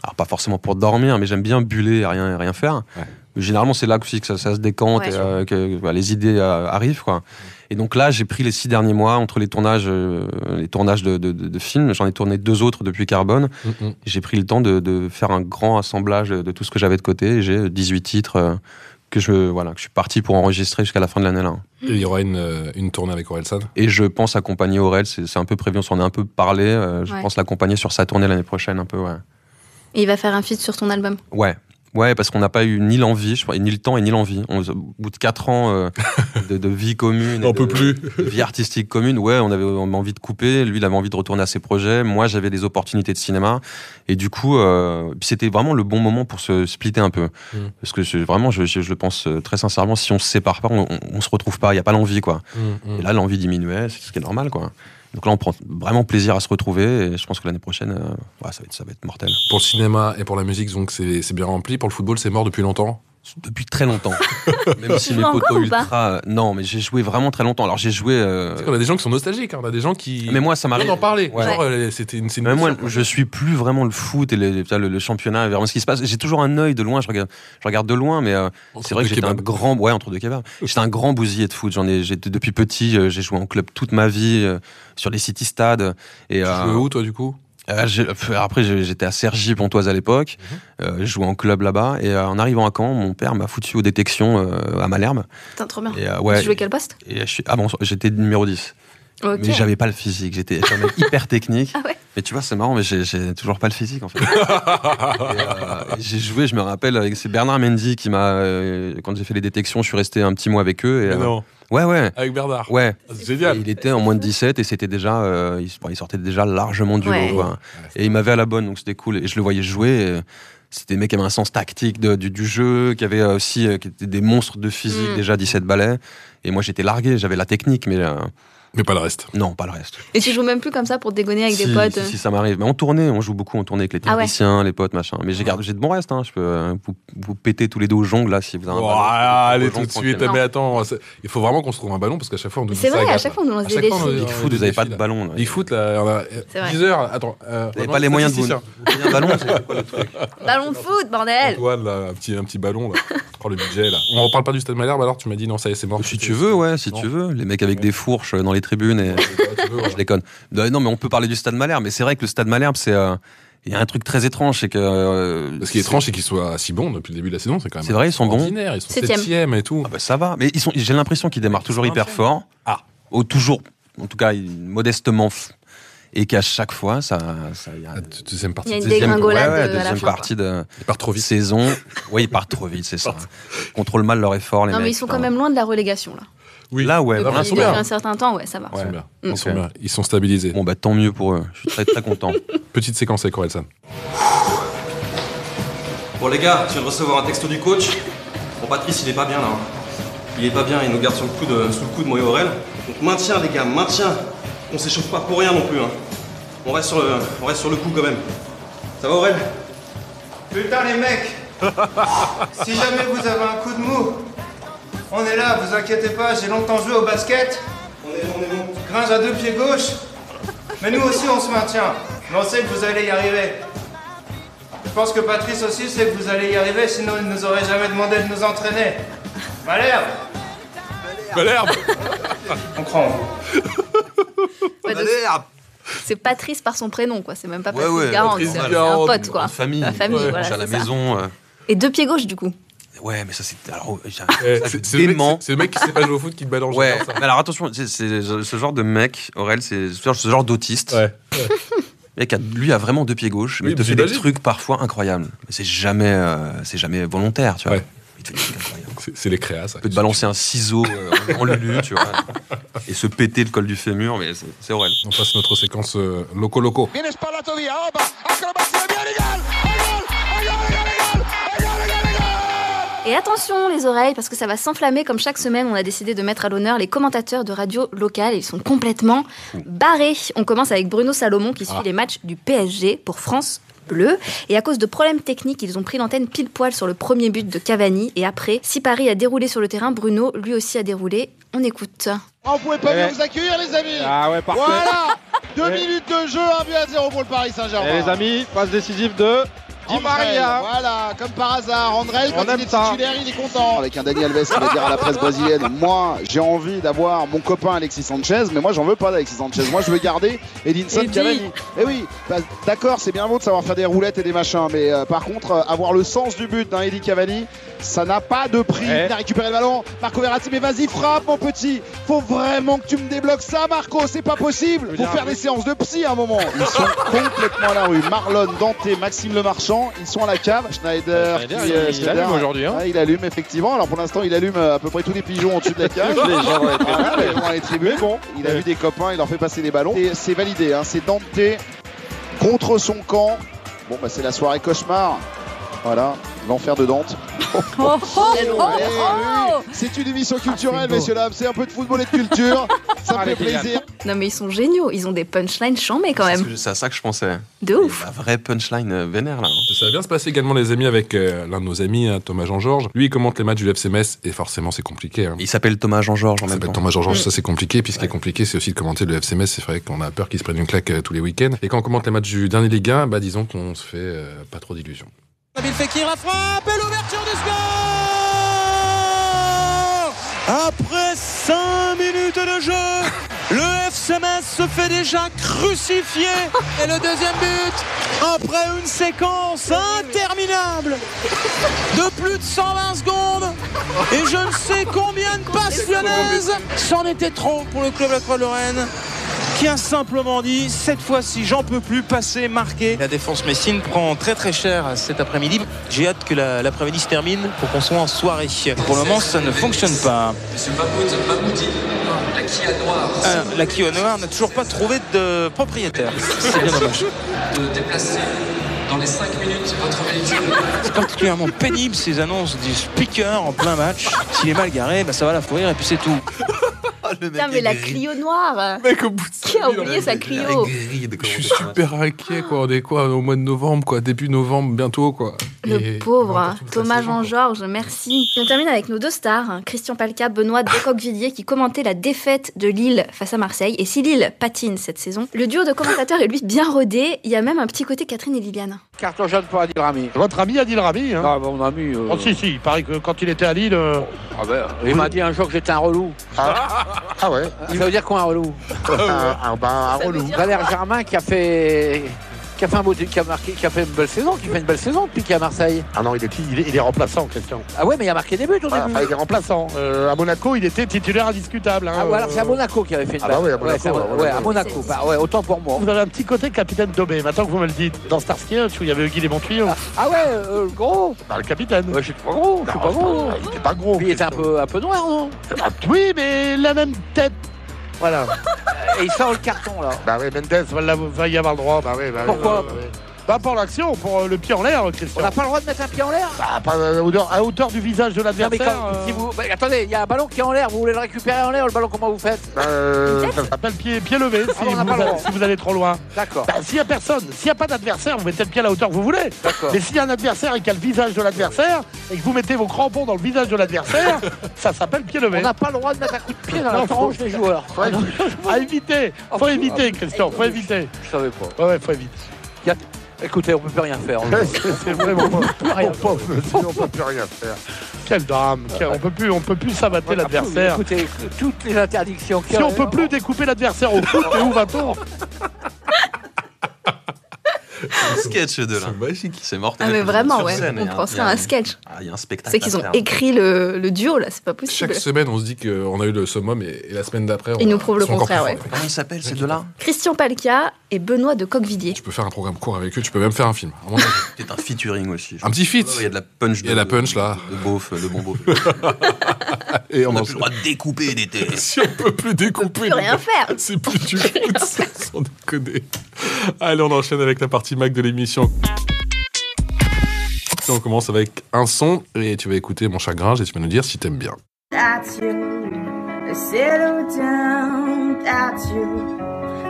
Speaker 4: Alors pas forcément pour dormir, mais j'aime bien buller et rien, rien faire.
Speaker 2: Ouais.
Speaker 4: Mais Généralement c'est là que, aussi que ça, ça se décante,
Speaker 3: Ouais.
Speaker 4: et, euh, que bah, les idées euh, arrivent. Quoi. Et donc là, j'ai pris les six derniers mois entre les tournages, euh, les tournages de, de- de- de films. J'en ai tourné deux autres depuis Carbone.
Speaker 2: Mhm.
Speaker 4: J'ai pris le temps de, de faire un grand assemblage de tout ce que j'avais de côté. Et J'ai 18 titres euh, que je, voilà, que je suis parti pour enregistrer jusqu'à la fin de l'année là.
Speaker 2: Et Il y aura une, euh, une tournée avec Orelsan.
Speaker 4: Et je pense accompagner Aurel, c'est c'est un peu prévu, on s'en a un peu parlé. euh, je
Speaker 3: Ouais.
Speaker 4: pense l'accompagner sur sa tournée l'année prochaine, un peu, ouais.
Speaker 3: Et il va faire un feat sur ton album.
Speaker 4: Ouais. Ouais, parce qu'on n'a pas eu ni l'envie, je crois, et ni le temps et ni l'envie. On- Au bout de 4 ans euh, de, de vie commune, et
Speaker 2: On
Speaker 4: de-
Speaker 2: peut plus.
Speaker 4: de vie artistique commune, ouais, on avait on avait envie de couper. Lui, il avait envie de retourner à ses projets. Moi, j'avais des opportunités de cinéma. Et du coup, euh, puis c'était vraiment le bon moment pour se splitter un peu.
Speaker 2: Mm.
Speaker 4: Parce que je- vraiment, je, je- je le pense euh, très sincèrement, si on se sépare pas, on, on- on se retrouve pas. Il y a pas l'envie, quoi.
Speaker 2: Mm,
Speaker 4: Et là, l'envie diminuait, c'est ce qui est normal, quoi. Donc là, on prend vraiment plaisir à se retrouver. Et je pense que l'année prochaine, euh, ouais, ça, va être, ça va être mortel.
Speaker 2: Pour le cinéma et pour la musique, donc c'est c'est bien rempli. Pour le football, c'est mort depuis longtemps.
Speaker 4: depuis très longtemps. Même si
Speaker 3: joues
Speaker 4: mes
Speaker 3: encore
Speaker 4: potos
Speaker 3: ou pas
Speaker 4: ultra. euh, non, mais j'ai joué vraiment très longtemps. Alors j'ai joué. euh,
Speaker 2: On a des gens qui sont nostalgiques, hein, on a des gens qui.
Speaker 4: mais moi, ça
Speaker 2: on
Speaker 4: m'arrive.
Speaker 2: en parler.
Speaker 4: Ouais.
Speaker 2: Genre, euh, c'était une. c'est une
Speaker 4: Même moi,
Speaker 2: blessure, quoi.
Speaker 4: je suis plus vraiment le foot et les- les- le, le championnat, vraiment ce qui se passe. J'ai toujours un œil de loin. Je regarde, je regarde de loin, mais euh, c'est vrai que
Speaker 2: Entre
Speaker 4: j'étais
Speaker 2: deux
Speaker 4: un
Speaker 2: kebabs.
Speaker 4: grand, ouais, entre deux kebabs. J'étais un grand bousillé de foot. J'en ai, j'étais depuis petit. euh, J'ai joué en club toute ma vie euh, sur les city stades. Et
Speaker 2: Tu
Speaker 4: euh,
Speaker 2: jouais où, toi, du coup
Speaker 4: euh, j'ai- pff, après, j'ai- j'étais à Cergy, Pontoise à l'époque.
Speaker 3: Mhm.
Speaker 4: Euh, je jouais en club là-bas. Et euh, en arrivant à Caen, mon père m'a foutu aux détections euh, à Malherbe.
Speaker 3: Putain, trop bien.
Speaker 4: Et, euh,
Speaker 3: Ah, Tu
Speaker 4: ouais,
Speaker 3: jouais quel poste
Speaker 4: et je suis- ah bon, j'étais numéro 10.
Speaker 3: Ok.
Speaker 4: Mais j'avais pas le physique. J'étais j'étais un mec hyper technique.
Speaker 3: Ah ouais
Speaker 4: Mais tu vois, c'est marrant, mais j'ai- j'ai toujours pas le physique en fait. Et, euh, j'ai joué, je me rappelle, avec- c'est Bernard Mendy qui m'a. euh, quand j'ai fait les détections, je suis resté un petit mois avec eux. Et, euh,
Speaker 2: Non,
Speaker 4: ouais, ouais,
Speaker 2: avec Bernard.
Speaker 4: ouais.
Speaker 2: C'est génial.
Speaker 4: Et il était en moins de 17 et c'était déjà. euh, il, bon, il sortait déjà largement du
Speaker 3: Ouais.
Speaker 4: lot. quoi. Et il m'avait à la bonne, donc c'était cool. Et je le voyais jouer. et C'était des mecs qui avaient un sens tactique de- du, du jeu, qui avaient euh, aussi euh, qui étaient des monstres de physique,
Speaker 3: Mm.
Speaker 4: déjà 17 balais. Et moi, j'étais largué, j'avais la technique, mais euh,
Speaker 2: Mais pas le reste.
Speaker 4: non, pas le reste.
Speaker 3: Et tu joues même plus comme ça pour dégonner avec
Speaker 4: si,
Speaker 3: des potes. euh.
Speaker 4: si, si, ça m'arrive. Mais on tournait, on joue beaucoup en tournée avec les
Speaker 3: Ah ouais.
Speaker 4: techniciens, les potes, machin. Mais j'ai gardé- j'ai de bons restes. hein. Je peux euh, vous, vous péter tous les deux aux jongles, là, si vous avez un.
Speaker 2: Voilà,
Speaker 4: ballon,
Speaker 2: Oh, ah, allez
Speaker 4: vous
Speaker 2: tout
Speaker 4: pouvez
Speaker 2: de
Speaker 4: aux jongles
Speaker 2: suite.
Speaker 3: tranquille.
Speaker 2: Mais attends, c'est- il faut vraiment qu'on se trouve un ballon parce qu'à chaque fois on nous dit
Speaker 3: C'est
Speaker 2: ça,
Speaker 3: vrai,
Speaker 2: gars.
Speaker 3: à chaque fois on nous lance des
Speaker 2: chaque fois,
Speaker 3: défis.
Speaker 2: on nous- on
Speaker 4: tranquilles. Il
Speaker 2: nous
Speaker 4: faut, vous avez
Speaker 2: défile.
Speaker 4: pas de ballon. là.
Speaker 2: Big foot, là, on a
Speaker 3: C'est vrai.
Speaker 2: 10 heures. Attends, euh,
Speaker 4: Vous n'avez
Speaker 2: non,
Speaker 4: pas les moyens de vous.
Speaker 2: statisticien.
Speaker 4: vous avez un ballon, c'est quoi le truc
Speaker 3: Ballon de foot, Bah, bordel
Speaker 2: Antoine, là, un petit, un petit ballon, là. Oh, le budget, là. On reparle pas du Stade Malherbe, alors tu m'as dit non, ça y est, c'est mort.
Speaker 4: Si tu veux, ouais, si
Speaker 2: Non.
Speaker 4: tu veux. Les mecs avec des fourches euh, dans les tribunes et.
Speaker 2: Ouais, tu veux, ouais.
Speaker 4: Je déconne. Non, non, mais on peut parler du Stade Malherbe, mais c'est vrai que le Stade Malherbe, c'est. euh, Il y a un truc très étrange, c'est que. euh,
Speaker 2: Ce qui est étrange, c'est qu'ils soient si bons depuis le début de la saison, c'est quand même.
Speaker 4: C'est vrai, ils sont bons.
Speaker 2: extraordinaire, Ils sont
Speaker 3: Septième.
Speaker 2: septième et tout.
Speaker 4: Ah bah, ça va, mais ils sont. J'ai l'impression qu'ils démarrent toujours hyper fort.
Speaker 2: Ah.
Speaker 4: Ou toujours, en tout cas, ils- modestement. f- Et qu'à chaque fois, ça. ça il y a
Speaker 2: La d- deuxième partie
Speaker 3: Il y a
Speaker 2: de
Speaker 3: une
Speaker 2: saison,
Speaker 4: deuxième, ouais,
Speaker 3: dégringolade,
Speaker 4: ouais,
Speaker 3: euh, à la
Speaker 4: deuxième
Speaker 3: fin,
Speaker 4: partie de
Speaker 2: ils partent trop vite.
Speaker 4: saison. Oui, ils partent trop vite, c'est ça. Ils contrôlent mal leur effort, les
Speaker 3: Non,
Speaker 4: mecs.
Speaker 3: mais ils sont
Speaker 4: putain.
Speaker 3: quand même loin de la relégation là.
Speaker 2: Oui.
Speaker 4: Là, ouais.
Speaker 2: Depuis- ils
Speaker 4: vraiment.
Speaker 3: Depuis
Speaker 2: sont
Speaker 3: depuis
Speaker 2: bien.
Speaker 3: un certain temps, ouais, Mm. ça va.
Speaker 2: Ils sont bien. Ils
Speaker 4: Ok.
Speaker 2: sont bien. Ils sont stabilisés.
Speaker 4: Bon, bah tant mieux pour eux. Je suis très très content.
Speaker 2: Petite séquence avec Orelsan.
Speaker 8: Bon les gars, je viens de recevoir un texto du coach. Bon Patrice, il est pas bien là. hein. Il est pas bien, il nous garde sous le coude, euh, sous le coude moi et Aurel. Donc maintien les gars, maintien. On s'échauffe pas pour rien non plus. hein. On reste sur le, on reste sur le coup quand même. Ça va Aurel
Speaker 9: Putain les mecs Si jamais vous avez un coup de mou, on est là, vous inquiétez pas, j'ai longtemps joué au basket. On est bon, on est bon. Gringe à deux pieds gauche. Mais nous aussi on se maintient. Mais on sait que vous allez y arriver. Je pense que Patrice aussi sait que vous allez y arriver, sinon il nous aurait jamais demandé de nous entraîner. Malherbe
Speaker 2: Malherbe
Speaker 9: On croit en vous.
Speaker 3: Ouais, donc, C'est Patrice par son prénom, quoi. C'est même pas
Speaker 4: Ouais,
Speaker 3: Patrice
Speaker 4: ouais,
Speaker 3: Garande,
Speaker 4: Patrice
Speaker 3: c'est c'est un
Speaker 2: Garande,
Speaker 3: pote, quoi.
Speaker 4: En famille.
Speaker 3: La famille,
Speaker 4: ouais.
Speaker 3: voilà,
Speaker 4: J'ai à la
Speaker 3: c'est ça.
Speaker 4: maison. euh,
Speaker 3: Et deux pieds gauches, du coup.
Speaker 4: Ouais, mais ça c'est. Alors, oh, j'ai-
Speaker 2: Eh,
Speaker 4: ça, je
Speaker 2: C'est c'est le mec-
Speaker 4: dément.
Speaker 2: c'est- c'est le mec qui sait pas jouer au foot qui te balance.
Speaker 4: Ouais,
Speaker 2: j'adore ça.
Speaker 4: mais alors attention, c'est c'est ce genre de mec, Aurel, c'est ce genre- ce genre d'autiste.
Speaker 2: Ouais.
Speaker 4: Le Mec, a- lui a vraiment deux pieds gauches, mais
Speaker 2: Oui,
Speaker 4: il te
Speaker 2: bah,
Speaker 4: fait des
Speaker 2: j'imagine.
Speaker 4: trucs parfois incroyables. Mais c'est jamais, euh, c'est jamais volontaire, tu vois.
Speaker 2: Ouais.
Speaker 4: Il te fait des trucs incroyables.
Speaker 2: C'est- C'est les créas, ça. Bah,
Speaker 4: Il peut te balancer un ciseau euh, en lulu, tu vois, et se péter le col du fémur, mais c'est- c'est Aurel.
Speaker 2: On passe notre séquence euh, loco-loco.
Speaker 3: Et attention les oreilles, parce que ça va s'enflammer comme chaque semaine, on a décidé de mettre à l'honneur les commentateurs de radio locales. Ils sont complètement barrés. On commence avec Bruno Salomon qui suit
Speaker 4: Ah.
Speaker 3: les matchs du PSG pour France. Bleu. Et à cause de problèmes techniques, ils ont pris l'antenne pile poil sur le premier but de Cavani. Et après, si Paris a déroulé sur le terrain, Bruno lui aussi a déroulé. On écoute.
Speaker 10: Ah, on pouvait pas mieux vous accueillir les amis
Speaker 11: Eh. Ah ouais, parfait. Eh.
Speaker 10: Voilà Deux
Speaker 11: Ouais. Eh.
Speaker 10: minutes de jeu, 1 but à 0 pour le Paris Saint-Germain.
Speaker 11: Et les amis, passe décisive de
Speaker 10: En barrière. Voilà, Voilà, comme par hasard, André, quand
Speaker 11: On
Speaker 10: il
Speaker 11: aime
Speaker 10: est
Speaker 11: ça. hein.
Speaker 10: titulaire, il est content.
Speaker 11: Avec un Daniel Alves qui va dire à la presse brésilienne Moi, j'ai envie d'avoir mon copain Alexis Sanchez, mais moi, j'en veux pas d'Alexis Sanchez. Moi, je veux garder Edinson
Speaker 10: Eddie.
Speaker 11: Cavani. Eh oui, bah, d'accord, c'est bien beau de savoir faire des roulettes et des machins, mais euh, par contre, euh, avoir le sens du but d'un Eddie Cavani, ça n'a pas de prix.
Speaker 10: Ouais.
Speaker 11: Il a récupéré le ballon. Marco Verratti, mais vas-y, frappe, mon petit. Faut vraiment que tu me débloques ça, Marco. C'est pas possible. Faut
Speaker 10: dire,
Speaker 11: faire des séances de psy à un moment. Ils sont complètement à la rue. Marlon, Dante, Maxime Le Marchand, ils sont à la cave. Schneider,
Speaker 12: Schneider,
Speaker 11: qui,
Speaker 12: il-
Speaker 11: euh,
Speaker 12: il
Speaker 11: Schneider,
Speaker 12: allume aujourd'hui, hein.
Speaker 11: ouais, il allume effectivement. Alors pour l'instant, il allume euh, à peu près tous les pigeons en dessus de la cage.
Speaker 12: Les gens, ouais.
Speaker 11: Voilà, mais bon, dans les tribunes, bon, il a vu des copains, il leur fait passer des ballons. Et c'est validé, hein. c'est Dante contre son camp. Bon, bah c'est la soirée cauchemar. Voilà, l'enfer de Dante. Eh
Speaker 3: oh,
Speaker 11: oui, Ah, C'est Ah, une émission culturelle, messieurs dames. C'est un peu de football et de culture. Ça me fait plaisir.
Speaker 3: Non mais ils sont géniaux, ils ont des punchlines chambées quand même.
Speaker 4: C'est à ça que je pensais.
Speaker 3: De ouf.
Speaker 4: La vraie punchline euh, vénère là.
Speaker 2: Ça va bien se passer également, les amis, avec euh, l'un de nos amis, hein, Thomas Jean-Georges. Lui, il commente les matchs du FC Metz et forcément, c'est compliqué.
Speaker 4: Il s'appelle Thomas Jean-Georges en
Speaker 2: même temps. Thomas Jean-Georges,
Speaker 4: Mm.
Speaker 2: ça c'est compliqué. Puis ce qui est compliqué, c'est aussi de commenter le FC Metz. C'est vrai qu'on a peur qu'il se prenne une claque euh, tous les week-ends. Et quand on commente les matchs du dernier Ligue 1, bah, disons qu'on se fait euh, pas trop d'illusions.
Speaker 13: Nabil Fekir a frappe et l'ouverture du score Après 5 minutes de jeu, le FC Metz se fait déjà crucifier et le deuxième but après une séquence interminable de plus de 120 secondes et je ne sais combien de passes lyonnaises c'en était trop pour le club de la Croix-Lorraine qui a simplement dit cette fois-ci j'en peux plus passer marquer
Speaker 14: La défense messine prend très très cher cet après-midi. J'ai hâte que la- l'après-midi se termine pour qu'on soit en soirée. Pour le moment, ça ne fonctionne pas.
Speaker 8: Monsieur Mamoudi, la qui à noir.
Speaker 14: Ah, la Kia Noir n'a toujours pas trouvé de propriétaire. C'est bien dommage.
Speaker 8: De déplacer dans les 5 minutes votre véhicule.
Speaker 14: C'est particulièrement pénible ces annonces du speaker en plein match. S'il est mal garé, bah, ça va la fourrir et puis c'est tout.
Speaker 3: Putain mais la Clio noire Qui a oublié sa Clio
Speaker 2: Je suis super inquiet, quoi. On est quoi au mois de novembre, quoi. Début novembre, bientôt, quoi.
Speaker 3: Le pauvre hein. Thomas Jean-Georges, merci. On termine avec nos deux stars, hein, Christian Palca, Benoît Descoq-Villiers, qui commentaient la défaite de Lille face à Marseille. Et si Lille patine cette saison, le duo de commentateurs est lui bien rodé. Il y a même un petit côté Catherine et Liliane.
Speaker 15: Carton jaune pour Adil Rami. Votre ami Adil Rami hein. Ah, mon ami. Oh, si, si, il paraît que quand il était à Lille. Ah, ben, il m'a dit un jour que j'étais un relou. Ah, ouais Ça veut dire quoi un relou Ah, ben, un relou. Valère Germain qui a fait. Qui a, fait un beau, qui, a marqué, qui a fait une belle saison, qui fait une belle saison depuis qu'il est à Marseille. Ah non, il est, il est, remplaçant, Christian. Ah ouais, mais il a marqué des buts au début. il est remplaçant. Euh, à Monaco, il était titulaire indiscutable. ah ouais, alors c'est à Monaco qu'il avait fait une
Speaker 6: Ah bah
Speaker 15: belle-
Speaker 6: oui, à Monaco,
Speaker 15: c'est à,
Speaker 6: à
Speaker 15: Monaco.
Speaker 6: Monaco.
Speaker 15: ouais, à Monaco. Bah ouais, autant pour moi.
Speaker 16: Vous avez un petit côté capitaine Dobé. Maintenant que vous me le dites, dans Starsky Hutch où il y avait Guy les
Speaker 15: Ah ouais, euh, le gros
Speaker 16: Bah, le capitaine.
Speaker 15: Je suis pas gros, je suis pas gros.
Speaker 16: Il était pas gros.
Speaker 15: Il était un peu, un peu noir, non
Speaker 16: Oui, mais la même tête.
Speaker 15: Voilà. Et il sort le carton, là.
Speaker 16: Bah oui, Mendes va, l'av- va y avoir le droit. Bah oui, bah oui,
Speaker 15: Pourquoi
Speaker 16: bah oui, bah oui. Bah pour l'action, pour euh, le pied en l'air, Christian.
Speaker 15: On n'a pas le droit de mettre un pied en l'air
Speaker 16: Bah, pas, euh, à hauteur- à hauteur du visage de
Speaker 15: Non, mais
Speaker 16: l'adversaire. euh.
Speaker 15: quand- si vous- bah, attendez, il y a un ballon qui est en l'air, vous voulez le récupérer en l'air, le ballon, comment vous faites
Speaker 16: euh, ça s'appelle pied, pied levé si,
Speaker 15: Ah, on
Speaker 16: vous
Speaker 15: n'a pas le
Speaker 16: allez,
Speaker 15: droit.
Speaker 16: si vous allez trop loin.
Speaker 15: D'accord.
Speaker 16: Bah, s'il n'y a personne, s'il n'y a pas d'adversaire, vous mettez le pied à la hauteur que vous voulez.
Speaker 15: D'accord.
Speaker 16: Mais s'il y a un adversaire et qu'il y a le visage de l'adversaire, et que vous mettez vos crampons dans le visage de l'adversaire, ça s'appelle pied levé.
Speaker 15: On n'a pas le droit de mettre un coup de pied dans la
Speaker 16: Non,
Speaker 15: tranche
Speaker 16: faut-
Speaker 15: des joueurs.
Speaker 16: Faut évi- à éviter, faut éviter, Christian, faut éviter.
Speaker 15: Ah, Je savais pas.
Speaker 16: Ouais, ouais, faut éviter.
Speaker 15: Y a- Écoutez, on peut plus rien faire. hein.
Speaker 16: C'est vraiment
Speaker 15: rien Ah,
Speaker 16: pauvre, monsieur, on peut plus rien faire. Quel drame, quel- on peut plus, on peut plus sabater l'adversaire.
Speaker 15: Écoutez, toutes les interdictions qu'il y
Speaker 16: Si
Speaker 15: a-
Speaker 16: on peut plus découper l'adversaire au foot, mais où va-t-on
Speaker 4: sketch de là. C'est mortel.
Speaker 3: Ah mais vraiment,
Speaker 4: Sur
Speaker 3: ouais.
Speaker 4: scène,
Speaker 3: on
Speaker 4: il y a-
Speaker 3: prend
Speaker 4: il y a
Speaker 3: ça un sketch.
Speaker 4: Ah, Il y a un spectacle.
Speaker 3: C'est qu'ils ont écrit le, le duo là, c'est pas possible.
Speaker 2: Chaque semaine, on se dit qu'on a eu le summum et, et la semaine d'après, on
Speaker 3: Ils nous prouvent le
Speaker 2: ils sont encore
Speaker 3: contraire,
Speaker 2: plus
Speaker 3: ouais.
Speaker 2: forts.
Speaker 4: Comment ils s'appellent ces deux-là
Speaker 3: Christian Palca et Benoît de Coqvilliers.
Speaker 2: Tu peux faire un programme court avec eux, tu peux même faire un film.
Speaker 4: Peut-être un featuring aussi.
Speaker 2: Un petit feat.
Speaker 4: Il y a de la punch.
Speaker 2: Il y a la punch là.
Speaker 4: Le beauf, le bon beauf.
Speaker 2: Et on
Speaker 4: n'a
Speaker 2: en-
Speaker 4: plus le droit de découper des têtes.
Speaker 2: Si on peut plus découper.
Speaker 3: Plus rien faire.
Speaker 2: C'est plus du foot, ça, sans déconner. Allez, on enchaîne avec la partie Mac de l'émission. On commence avec un son et tu vas écouter mon chagrin et tu vas nous dire si t'aimes bien.
Speaker 17: Without you, settle down. Without you,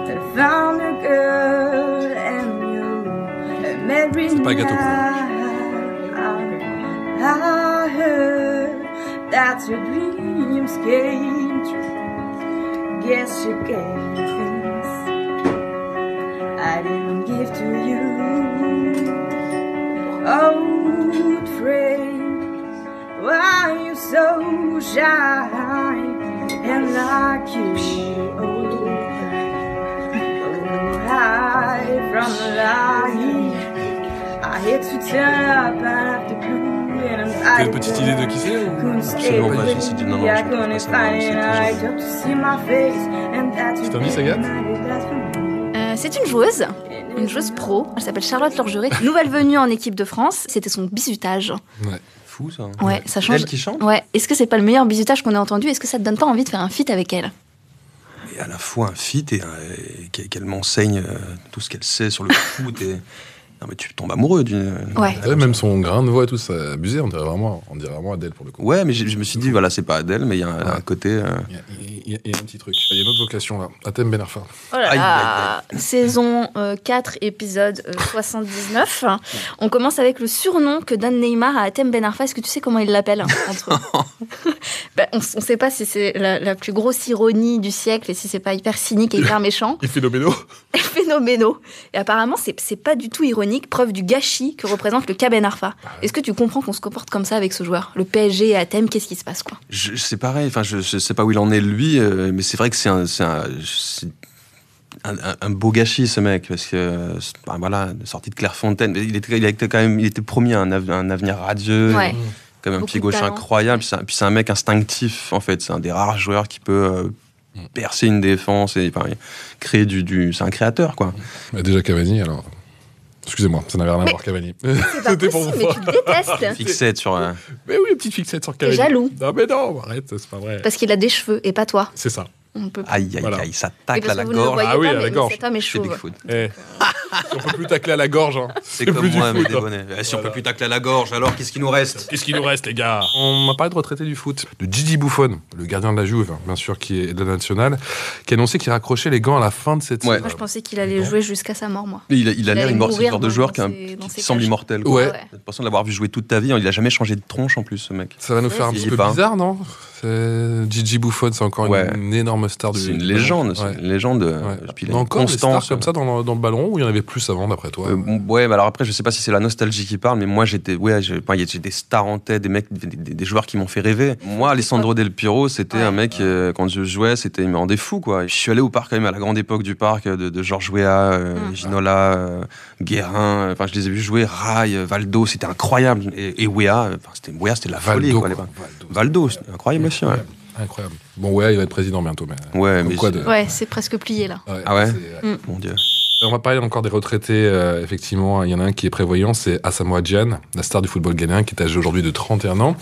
Speaker 17: I found a girl and you. And every
Speaker 2: C'est pas Agathe
Speaker 17: night I heard that your dreams came true. Guess you gave me things I didn't give to you. Oh, shine and like you should. Hide from the light. I hit you up after blue and I'm
Speaker 2: T'as une petite idée de qui c'est ou-
Speaker 4: Absolument pas, je me suis dit non, non, je peux pas passer la
Speaker 2: C'est un indice, Agathe
Speaker 3: Euh, C'est une joueuse, une joueuse pro. Elle s'appelle Charlotte Lorgeret, nouvelle venue en équipe de France. C'était son bisutage.
Speaker 4: Ouais. Fou ça. hein.
Speaker 3: Ouais, ça change.
Speaker 4: Elle qui chante
Speaker 3: Ouais. Est-ce que c'est pas le meilleur bisutage qu'on ait entendu Est-ce que ça te donne pas envie de faire un feat avec elle
Speaker 4: Et à la fois un fit et, un- et qu'elle- qu'elle m'enseigne euh, tout ce qu'elle sait sur le foot. Et... Non mais tu tombes amoureux d'une.
Speaker 3: Ouais.
Speaker 2: Ah Ouais, même son grain de voix et tout, ça abusé, on dirait vraiment, on dirait vraiment Adèle pour le coup.
Speaker 4: Ouais, mais j'ai- je me suis dit, voilà, c'est pas Adèle, mais il y a un, un côté. euh,
Speaker 2: Il y, a- il y a un petit truc, il y a une autre vocation là. Athème Ben Arfa.
Speaker 3: Oh là là. Saison euh, 4, épisode euh, 79. On commence avec le surnom que donne Neymar à Atem Ben Arfa. Est-ce que tu sais comment il l'appelle hein, entre eux Bah, On ne sait pas si c'est la, la plus grosse ironie du siècle et si c'est pas hyper cynique et hyper méchant.
Speaker 2: Il fait l'obédo
Speaker 3: Phénoménaux. Et apparemment, c'est c'est pas du tout ironique, preuve du gâchis que représente le cas Ben Arfa. Est-ce que tu comprends qu'on se comporte comme ça avec ce joueur Le PSG et Atem, qu'est-ce qui se passe quoi
Speaker 4: Je, je- c'est pareil, enfin, je, je sais pas où il en est lui, euh, mais c'est vrai que c'est un, c'est un, c'est un- un- un beau gâchis ce mec, parce que euh, c'est- ben voilà, sorti de Clairefontaine, mais il était, il était quand même, il était promis à un, ave- un avenir radieux,
Speaker 12: Ouais.
Speaker 4: comme un
Speaker 12: Beaucoup
Speaker 4: pied
Speaker 12: de
Speaker 4: gauche
Speaker 12: talent.
Speaker 4: incroyable, puis c'est un- puis c'est un mec instinctif en fait, c'est un des rares joueurs qui peut
Speaker 2: Mm.
Speaker 4: euh, percer une défense et enfin, créer du, du- c'est un créateur quoi.
Speaker 2: Bah, déjà Cavani alors. Excusez-moi, ça n'avait rien à
Speaker 4: Mais-
Speaker 2: voir Cavani.
Speaker 3: C'était pour vous. Mais tu le détestes.
Speaker 4: Fixette sur. euh, un-
Speaker 2: Mais oui, une petite fixette sur Cavani.
Speaker 3: jaloux.
Speaker 2: Non mais non, arrête, c'est pas vrai.
Speaker 3: Parce qu'il a des cheveux et pas toi.
Speaker 2: C'est ça.
Speaker 3: On peut pas.
Speaker 4: Aïe aïe aïe, ça tacle
Speaker 3: parce
Speaker 4: à la
Speaker 3: que vous ne le
Speaker 4: gorge.
Speaker 3: voyez Ah oui, pas, à la mais- mais gorge. cet homme est
Speaker 4: C'est
Speaker 3: chauve.
Speaker 4: Bigfoot.
Speaker 2: Eh. on peut plus tacler à la gorge. Hein.
Speaker 4: C'est
Speaker 2: plus
Speaker 4: comme
Speaker 2: du
Speaker 4: moi, mais
Speaker 2: foot, hein.
Speaker 4: débonné. Eh, Si on peut plus tacler à la gorge, alors qu'est-ce qui nous reste
Speaker 2: Qu'est-ce qui nous reste, les gars On m'a parlé de retraité du foot, de Gigi Buffon, le gardien de la Juve, hein, bien sûr, qui est de la nationale, qui a annoncé qu'il raccrochait les gants à la fin de cette saison.
Speaker 3: Moi, je pensais qu'il allait jouer jusqu'à sa mort, moi.
Speaker 4: Mais Il a, il a l'air
Speaker 3: allait
Speaker 4: immortel, c'est le
Speaker 3: mourir
Speaker 4: genre de
Speaker 3: dans-
Speaker 4: joueur
Speaker 3: dans
Speaker 4: qui, a un-
Speaker 3: ses- dans
Speaker 4: qui
Speaker 3: ses
Speaker 4: semble
Speaker 3: cages.
Speaker 4: immortel.
Speaker 3: Ouais.
Speaker 4: T'as l'impression de l'avoir vu jouer toute ta vie. Il a jamais changé de tronche en plus, ce mec.
Speaker 2: Ça va nous faire un petit peu bizarre, non C'est- Gigi Buffon, c'est encore une-
Speaker 4: Ouais.
Speaker 2: une, énorme star du.
Speaker 4: C'est une légende, c'est
Speaker 2: Ouais.
Speaker 4: une légende.
Speaker 2: Ouais.
Speaker 4: Et puis il
Speaker 2: On
Speaker 4: a
Speaker 2: a
Speaker 4: une
Speaker 2: encore des stars
Speaker 4: constance.
Speaker 2: comme ça dans le, dans le ballon ou il y en avait plus avant, d'après toi
Speaker 4: Euh, bon, ouais, mais alors après, je sais pas si c'est la nostalgie qui parle, mais moi j'étais, ouais, j'ai enfin, il y a- j'ai des stars en tête, des mecs, des, des- des joueurs qui m'ont fait rêver. Moi, Alessandro Del Piro, c'était un mec euh, quand je jouais, c'était il me rendait fou quoi. Je suis allé au parc quand même à la grande époque du parc euh, de, de Georges Weah, euh, Ginola, euh, Guérin. euh, Enfin, je les ai vus jouer. Rai, euh, Valdo, c'était incroyable. Et, et Weah, euh, enfin, c'était Weah, c'était de la folie
Speaker 2: Valdo,
Speaker 4: quoi. à
Speaker 2: quoi.
Speaker 4: l'époque. Valdo, c'était incroyable aussi. Ouais,
Speaker 2: Incroyable. Bon, ouais, il va être président bientôt, mais.
Speaker 4: ouais
Speaker 2: Comme
Speaker 4: Euh, mais
Speaker 2: quoi
Speaker 4: c'est-
Speaker 2: de- euh,
Speaker 3: Ouais, c'est presque plié là.
Speaker 4: Ah ouais.
Speaker 3: Mm.
Speaker 4: Mon Dieu.
Speaker 2: On va parler encore des retraités, euh, effectivement. Il y en a un qui est prévoyant, c'est Asamoah Gyan, la star du football ghanéen, qui est âgé aujourd'hui de 31 ans.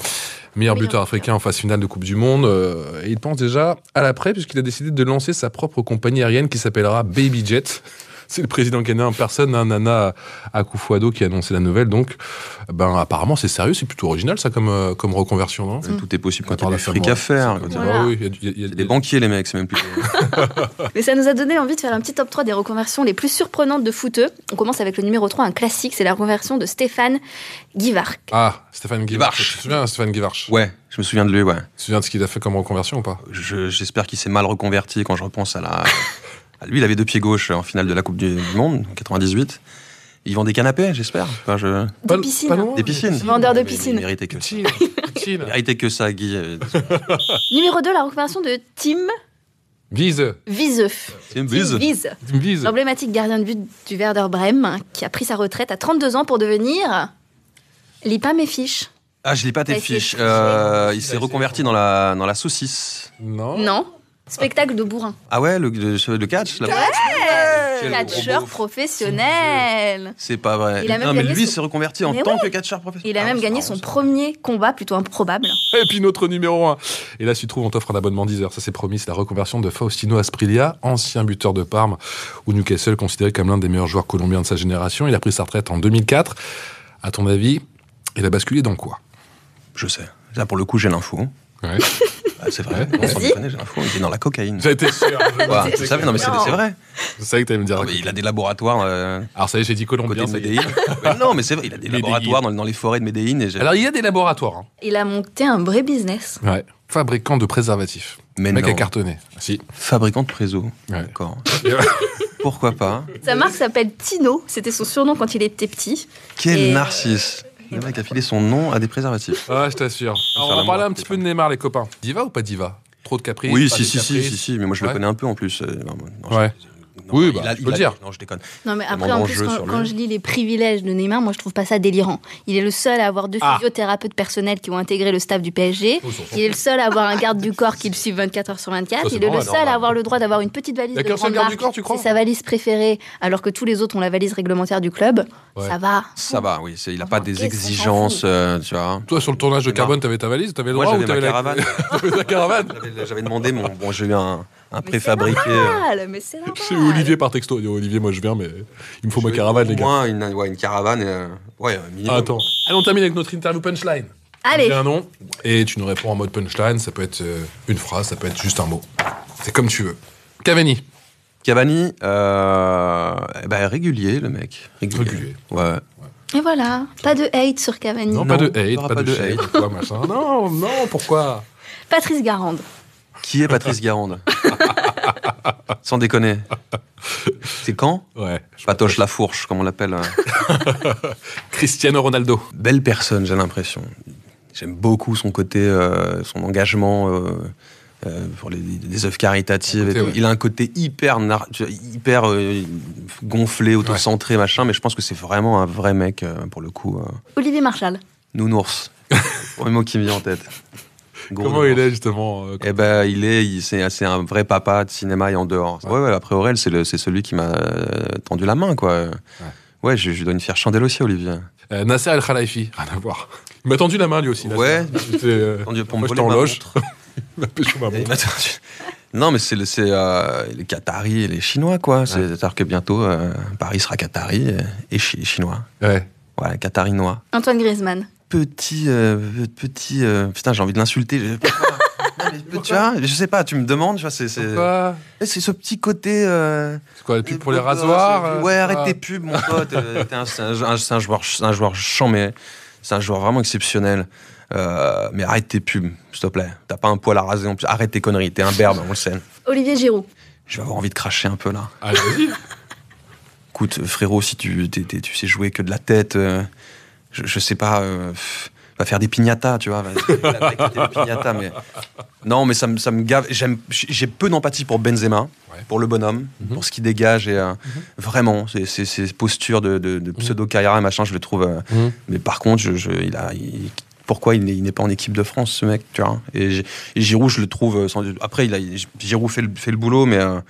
Speaker 2: Meilleur buteur africain en phase finale de Coupe du Monde. euh, et il pense déjà à l'après, puisqu'il a décidé de lancer sa propre compagnie aérienne qui s'appellera Baby Jet. C'est le président ghanéen en personne, hein, Nana Akufo-Addo, qui a annoncé la nouvelle. Donc, ben, apparemment, c'est sérieux, c'est plutôt original, ça, comme, euh, comme reconversion. non
Speaker 4: Tout est possible quand
Speaker 2: Par
Speaker 4: t'as
Speaker 2: la Bah
Speaker 4: du fric à faire. quand t'as-
Speaker 3: Voilà.
Speaker 2: oui, il y a du- il y a- il y a
Speaker 4: Des banquiers, les mecs, c'est même plus.
Speaker 3: Mais ça nous a donné envie de faire un petit top 3 des reconversions les plus surprenantes de footeux. On commence avec le numéro 3, un classique, c'est la reconversion de Stéphane Guivard.
Speaker 2: Ah, Stéphane Guivarch. Tu te souviens, Stéphane Guivarch
Speaker 4: Ouais, je me souviens de lui, ouais.
Speaker 2: Tu te souviens de ce qu'il a fait comme reconversion ou pas
Speaker 4: Je- J'espère qu'il s'est mal reconverti quand je repense à la. à lui, il avait deux pieds gauches en finale de la Coupe du, du Monde, en 98. Il vend des canapés, j'espère. Enfin, je...
Speaker 3: Des piscines.
Speaker 4: Des piscines.
Speaker 3: Vendeur de
Speaker 4: Il
Speaker 3: piscines.
Speaker 4: méritait que ça. Il méritait que ça, Guy. Euh,
Speaker 3: Numéro 2, la reconversion de Tim
Speaker 2: Vise.
Speaker 3: Viseux.
Speaker 4: C'est une
Speaker 3: Tim
Speaker 4: bise.
Speaker 3: Wiese. L'emblématique gardien de but du Werder Bremen, qui a pris sa retraite à 32 ans pour devenir. Lis pas mes fiches.
Speaker 4: Ah, je lis pas tes
Speaker 3: Ouais,
Speaker 4: fiches.
Speaker 3: c'est-
Speaker 4: Euh, il s'est reconverti dans la, dans la saucisse.
Speaker 2: Non.
Speaker 3: Non. Spectacle de bourrin.
Speaker 4: Ah ouais, le, le- le catch là
Speaker 3: Ouais
Speaker 4: Quel
Speaker 3: Catcheur professionnel.
Speaker 4: C'est pas vrai.
Speaker 3: Il a même
Speaker 4: non, mais
Speaker 3: gagné
Speaker 4: lui,
Speaker 3: son-
Speaker 4: s'est reconverti en
Speaker 3: Mais
Speaker 4: tant
Speaker 3: oui.
Speaker 4: que catcheur professionnel. Ah,
Speaker 3: Il a même gagné son premier combat plutôt improbable.
Speaker 2: Et puis notre numéro 1. Et là, si tu trouves, on t'offre un abonnement 10 heures. Ça, c'est promis. C'est la reconversion de Faustino Asprilia, ancien buteur de Parme, ou Newcastle, considéré comme l'un des meilleurs joueurs colombiens de sa génération. Il a pris sa retraite en 2004. À ton avis, il a basculé dans quoi
Speaker 4: Je sais. Là, pour le coup, j'ai l'info.
Speaker 2: Ouais.
Speaker 4: Ah, c'est vrai.
Speaker 2: Ouais.
Speaker 4: Non, sans déconner, j'ai l'info. Il était dans la cocaïne.
Speaker 2: J'étais sûr.
Speaker 4: Voilà, tu savais, non, mais c'est
Speaker 2: Non.
Speaker 4: c'est vrai. Ah,
Speaker 2: Je savais que t'allais me dire.
Speaker 4: il a des laboratoires. euh,
Speaker 2: Alors, ça y est, j'ai dit Colombien.
Speaker 4: Côté de Medellín. Mais non, mais c'est vrai, il a des laboratoires dans, dans les forêts de Medellín. Et j'ai-
Speaker 2: Alors, il y a des laboratoires. hein.
Speaker 3: Il a monté un vrai business.
Speaker 2: Ouais. Fabricant de préservatifs.
Speaker 4: Mais
Speaker 2: Le mec
Speaker 4: non.
Speaker 2: a cartonné. Si.
Speaker 4: Fabricant de préso. D'accord. Pourquoi pas
Speaker 3: Sa marque s'appelle Tino. C'était son surnom quand il était petit.
Speaker 4: Quel
Speaker 3: Et- euh,
Speaker 4: narcisse Le mec a filé son nom à des préservatifs.
Speaker 2: Ah, je t'assure. Alors,
Speaker 4: faire
Speaker 2: on va
Speaker 4: l'amour,
Speaker 2: parler un petit peu de Neymar, les copains. Diva ou pas diva Trop de caprices
Speaker 4: oui,
Speaker 2: pas
Speaker 4: si,
Speaker 2: de
Speaker 4: si, si,
Speaker 2: caprices
Speaker 4: si, si, mais moi je le
Speaker 2: Ouais.
Speaker 4: connais un peu en plus. euh, non, non, je-
Speaker 2: Ouais.
Speaker 4: non,
Speaker 2: Oui,
Speaker 4: il
Speaker 2: bah,
Speaker 4: a-
Speaker 2: faut
Speaker 4: il
Speaker 2: le
Speaker 4: a-
Speaker 2: dire.
Speaker 4: Non, je déconne.
Speaker 3: Non, mais après,
Speaker 4: Tellement
Speaker 3: en
Speaker 4: d'enjeux
Speaker 3: plus,
Speaker 4: sur
Speaker 3: quand,
Speaker 4: lui.
Speaker 3: quand je lis les privilèges de Neymar, moi, je trouve pas ça délirant. Il est le seul à avoir deux
Speaker 4: Ah.
Speaker 3: physiothérapeutes personnels qui ont intégré le staff du PSG.
Speaker 2: Oh, ils sont forts.
Speaker 3: Il est le seul à avoir un garde du corps qui le suit 24 h sur 24.
Speaker 2: Ça, c'est
Speaker 3: il est
Speaker 2: normal,
Speaker 3: le seul à
Speaker 2: normal.
Speaker 3: avoir le droit d'avoir une petite valise
Speaker 2: Y a
Speaker 3: de
Speaker 2: qu'un seul
Speaker 3: grande
Speaker 2: garde du
Speaker 3: marque.
Speaker 2: corps, tu crois
Speaker 3: C'est sa valise préférée, alors que tous les autres ont la valise réglementaire du club.
Speaker 4: Ouais.
Speaker 3: Ça va.
Speaker 4: Ça va, oui. c'est- Il n'a pas des
Speaker 3: Qu'est-ce qu'on s'en
Speaker 4: exigences, euh, tu vois.
Speaker 2: Toi, sur le tournage de Carbone, t'avais ta valise T'avais le
Speaker 4: Moi,
Speaker 2: droit ou
Speaker 4: j'avais
Speaker 2: t'avais
Speaker 4: ma
Speaker 2: la
Speaker 4: caravane.
Speaker 2: T'avais ta caravane
Speaker 4: J'avais- J'avais demandé, mon, bon, j'ai eu un, un
Speaker 3: Mais c'est
Speaker 4: préfabriqué. euh,
Speaker 3: normal, mais c'est normal.
Speaker 2: Chez Olivier par texto. Il dit, Olivier, moi je viens, mais il me faut ma caravane, les
Speaker 4: Au
Speaker 2: gars. Ah,
Speaker 4: moins une, ouais, une caravane. euh, ouais, un minimum.
Speaker 2: Attends. Allez, on termine avec notre interview punchline.
Speaker 3: Allez.
Speaker 2: J'ai un nom et tu nous réponds en mode punchline. Ça peut être euh, une phrase, ça peut être juste un mot. C'est comme tu veux. Cavani.
Speaker 4: Cavani, euh, eh ben, régulier, le mec. Régulier. Ouais.
Speaker 3: Et voilà, pas de hate sur Cavani.
Speaker 2: Non, pas de
Speaker 4: il y
Speaker 2: hate,
Speaker 4: aura
Speaker 2: pas,
Speaker 4: pas
Speaker 2: de,
Speaker 4: de
Speaker 2: shade,
Speaker 4: hate.
Speaker 2: quoi, machin. Non, non, pourquoi
Speaker 3: Patrice Garande.
Speaker 4: Qui est Patrice Garande Sans déconner. C'est quand
Speaker 2: Ouais.
Speaker 4: Patoche la fourche, comme on l'appelle. hein.
Speaker 2: Cristiano Ronaldo.
Speaker 4: Belle personne, j'ai l'impression. J'aime beaucoup son côté, euh, son engagement euh, euh, pour les, les œuvres caritatives.
Speaker 2: Côté,
Speaker 4: et tout.
Speaker 2: ouais.
Speaker 4: Il a un côté hyper, nar- tu vois, hyper euh, gonflé, autocentré, machin, mais je pense que c'est vraiment un vrai mec, euh, pour le coup. euh,
Speaker 3: Olivier Marchal.
Speaker 4: nounours. Premier mot qui me vient en tête. Gros
Speaker 2: Comment il
Speaker 4: nounours.
Speaker 2: est justement euh,
Speaker 4: Eh ben, il est, il- c'est c'est un vrai papa de cinéma et en dehors. Ouais, ouais, après Aurel, c'est le- c'est celui qui m'a euh, tendu la main, quoi. Ouais, je, je dois une fière chandelle aussi, Olivier.
Speaker 2: euh, Nasser El Khalifi. Rien à voir. Il m'a tendu la main lui aussi. Nasser.
Speaker 4: Ouais.
Speaker 2: J'étais, euh,
Speaker 4: Tendu pour me
Speaker 2: moi j'étais
Speaker 4: voler
Speaker 2: en
Speaker 4: ma
Speaker 2: loge. Il m'a pêché ma montre.
Speaker 4: Non, mais c'est le- c'est, euh, les Qataris et les Chinois, quoi. C'est- C'est-à-dire que bientôt, euh, Paris sera Qatari et, et chi- Chinois.
Speaker 2: Ouais.
Speaker 4: Ouais, Qatarinois.
Speaker 3: Antoine Griezmann.
Speaker 4: Petit, euh, petit, euh, putain, j'ai envie de l'insulter. Je- Tu vois, je sais pas, tu me demandes, tu vois, c'est. c'est-
Speaker 2: Pourquoi
Speaker 4: Eh, C'est ce petit côté. euh,
Speaker 2: C'est quoi, la pub pour les
Speaker 4: Pourquoi,
Speaker 2: rasoirs
Speaker 4: c'est-
Speaker 2: euh,
Speaker 4: Ouais,
Speaker 2: c'est
Speaker 4: arrête
Speaker 2: pas-
Speaker 4: tes pubs, mon pote. euh, t'es un- C'est un, un- c'est un joueur, c'est un joueur chiant, mais c'est un joueur vraiment exceptionnel. Euh, mais arrête tes pubs, s'il te plaît. T'as pas un poil à raser en plus. Arrête tes conneries, t'es un berbe, on le sait.
Speaker 3: Olivier Giroud.
Speaker 4: Je vais avoir envie de cracher un peu là.
Speaker 2: Allez, vas-y.
Speaker 4: Écoute, frérot, si tu, t'es- t'es- tu sais jouer que de la tête, euh, je, je sais pas, euh, pff, va faire des piñatas, tu vois. va- la mec qui fait des piñatas, mais- Non, mais ça, me- ça me gave. J'aime- J'ai peu d'empathie pour Benzema, pour le bonhomme, pour ce qu'il dégage. Et, euh, Vraiment, ces- ces ces postures de, de- de pseudo-carrière et machin, je le trouve. euh,
Speaker 2: Mhm.
Speaker 4: Mais par contre, je, je- il a, il- pourquoi il n'est- il n'est pas en équipe de France, ce mec tu vois et, Gi- et Giroud, je le trouve. euh, sans- après, il a, Giroud fait le, fait le boulot, mais euh,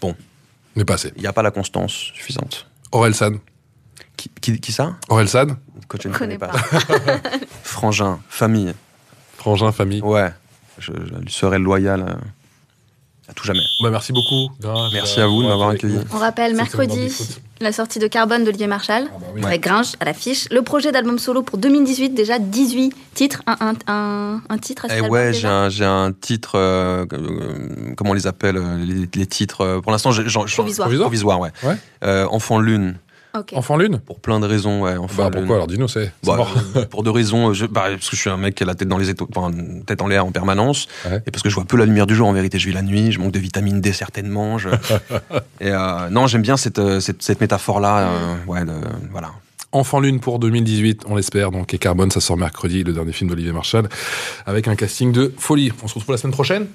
Speaker 4: bon.
Speaker 2: Mais pas assez.
Speaker 4: Il n'y a pas la constance suffisante.
Speaker 2: Aurel San.
Speaker 4: Qui, qui- qui ça
Speaker 2: Aurel San
Speaker 4: que je
Speaker 3: ne
Speaker 4: ne
Speaker 3: connais
Speaker 4: connais pas. Frangin, famille.
Speaker 2: Frangin, famille.
Speaker 4: Ouais. Je, je lui serai loyal euh, à tout jamais.
Speaker 2: Bah, merci beaucoup.
Speaker 4: Merci à vous de m'avoir accueilli.
Speaker 3: On rappelle
Speaker 4: Cette semaine
Speaker 3: mercredi
Speaker 4: dans le foot. Ah bah
Speaker 3: la sortie de Carbone d'Olivier Marchal
Speaker 4: oui.
Speaker 3: avec Gringe à l'affiche. Le projet d'album solo pour 2018, déjà 18 titres. Un, un, un, un titre à cet
Speaker 4: Eh
Speaker 3: album
Speaker 4: ouais,
Speaker 3: déjà.
Speaker 4: j'ai un, j'ai un titre, euh, euh, comment on les appelle, euh, les, les titres, euh, pour l'instant, j'ai- j'en- j'en-
Speaker 3: Provisoire.
Speaker 4: provisoire, ouais.
Speaker 2: Ouais.
Speaker 4: Euh, Enfant Lune.
Speaker 3: Ok.
Speaker 2: Enfant Lune
Speaker 4: Pour plein de raisons, ouais. Enfant
Speaker 2: Bah,
Speaker 4: Lune.
Speaker 2: pourquoi alors Dis-nous, c'est. c'est
Speaker 4: Bah,
Speaker 2: mort.
Speaker 4: euh, pour deux raisons. euh, je- bah, parce que je suis un mec qui a la tête dans les étoiles, enfin, tête en l'air en permanence, et parce que je vois peu la lumière du jour. En vérité, je vis la nuit, je manque de vitamine D certainement. je- et euh, non, j'aime bien cette, euh, cette, cette métaphore-là. euh, ouais, de- voilà.
Speaker 2: Enfant Lune pour 2018, on l'espère. Donc, et Carbone, ça sort mercredi, le dernier film d'Olivier Marchal, avec un casting de folie. On se retrouve la semaine prochaine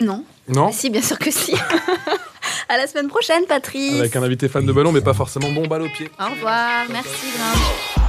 Speaker 3: Non.
Speaker 2: Non
Speaker 3: Mais Si, bien sûr que si. à la semaine prochaine, Patrice.
Speaker 2: Avec un invité fan de ballon, mais pas forcément bon balle au pied.
Speaker 3: Au revoir. Merci, Gringe.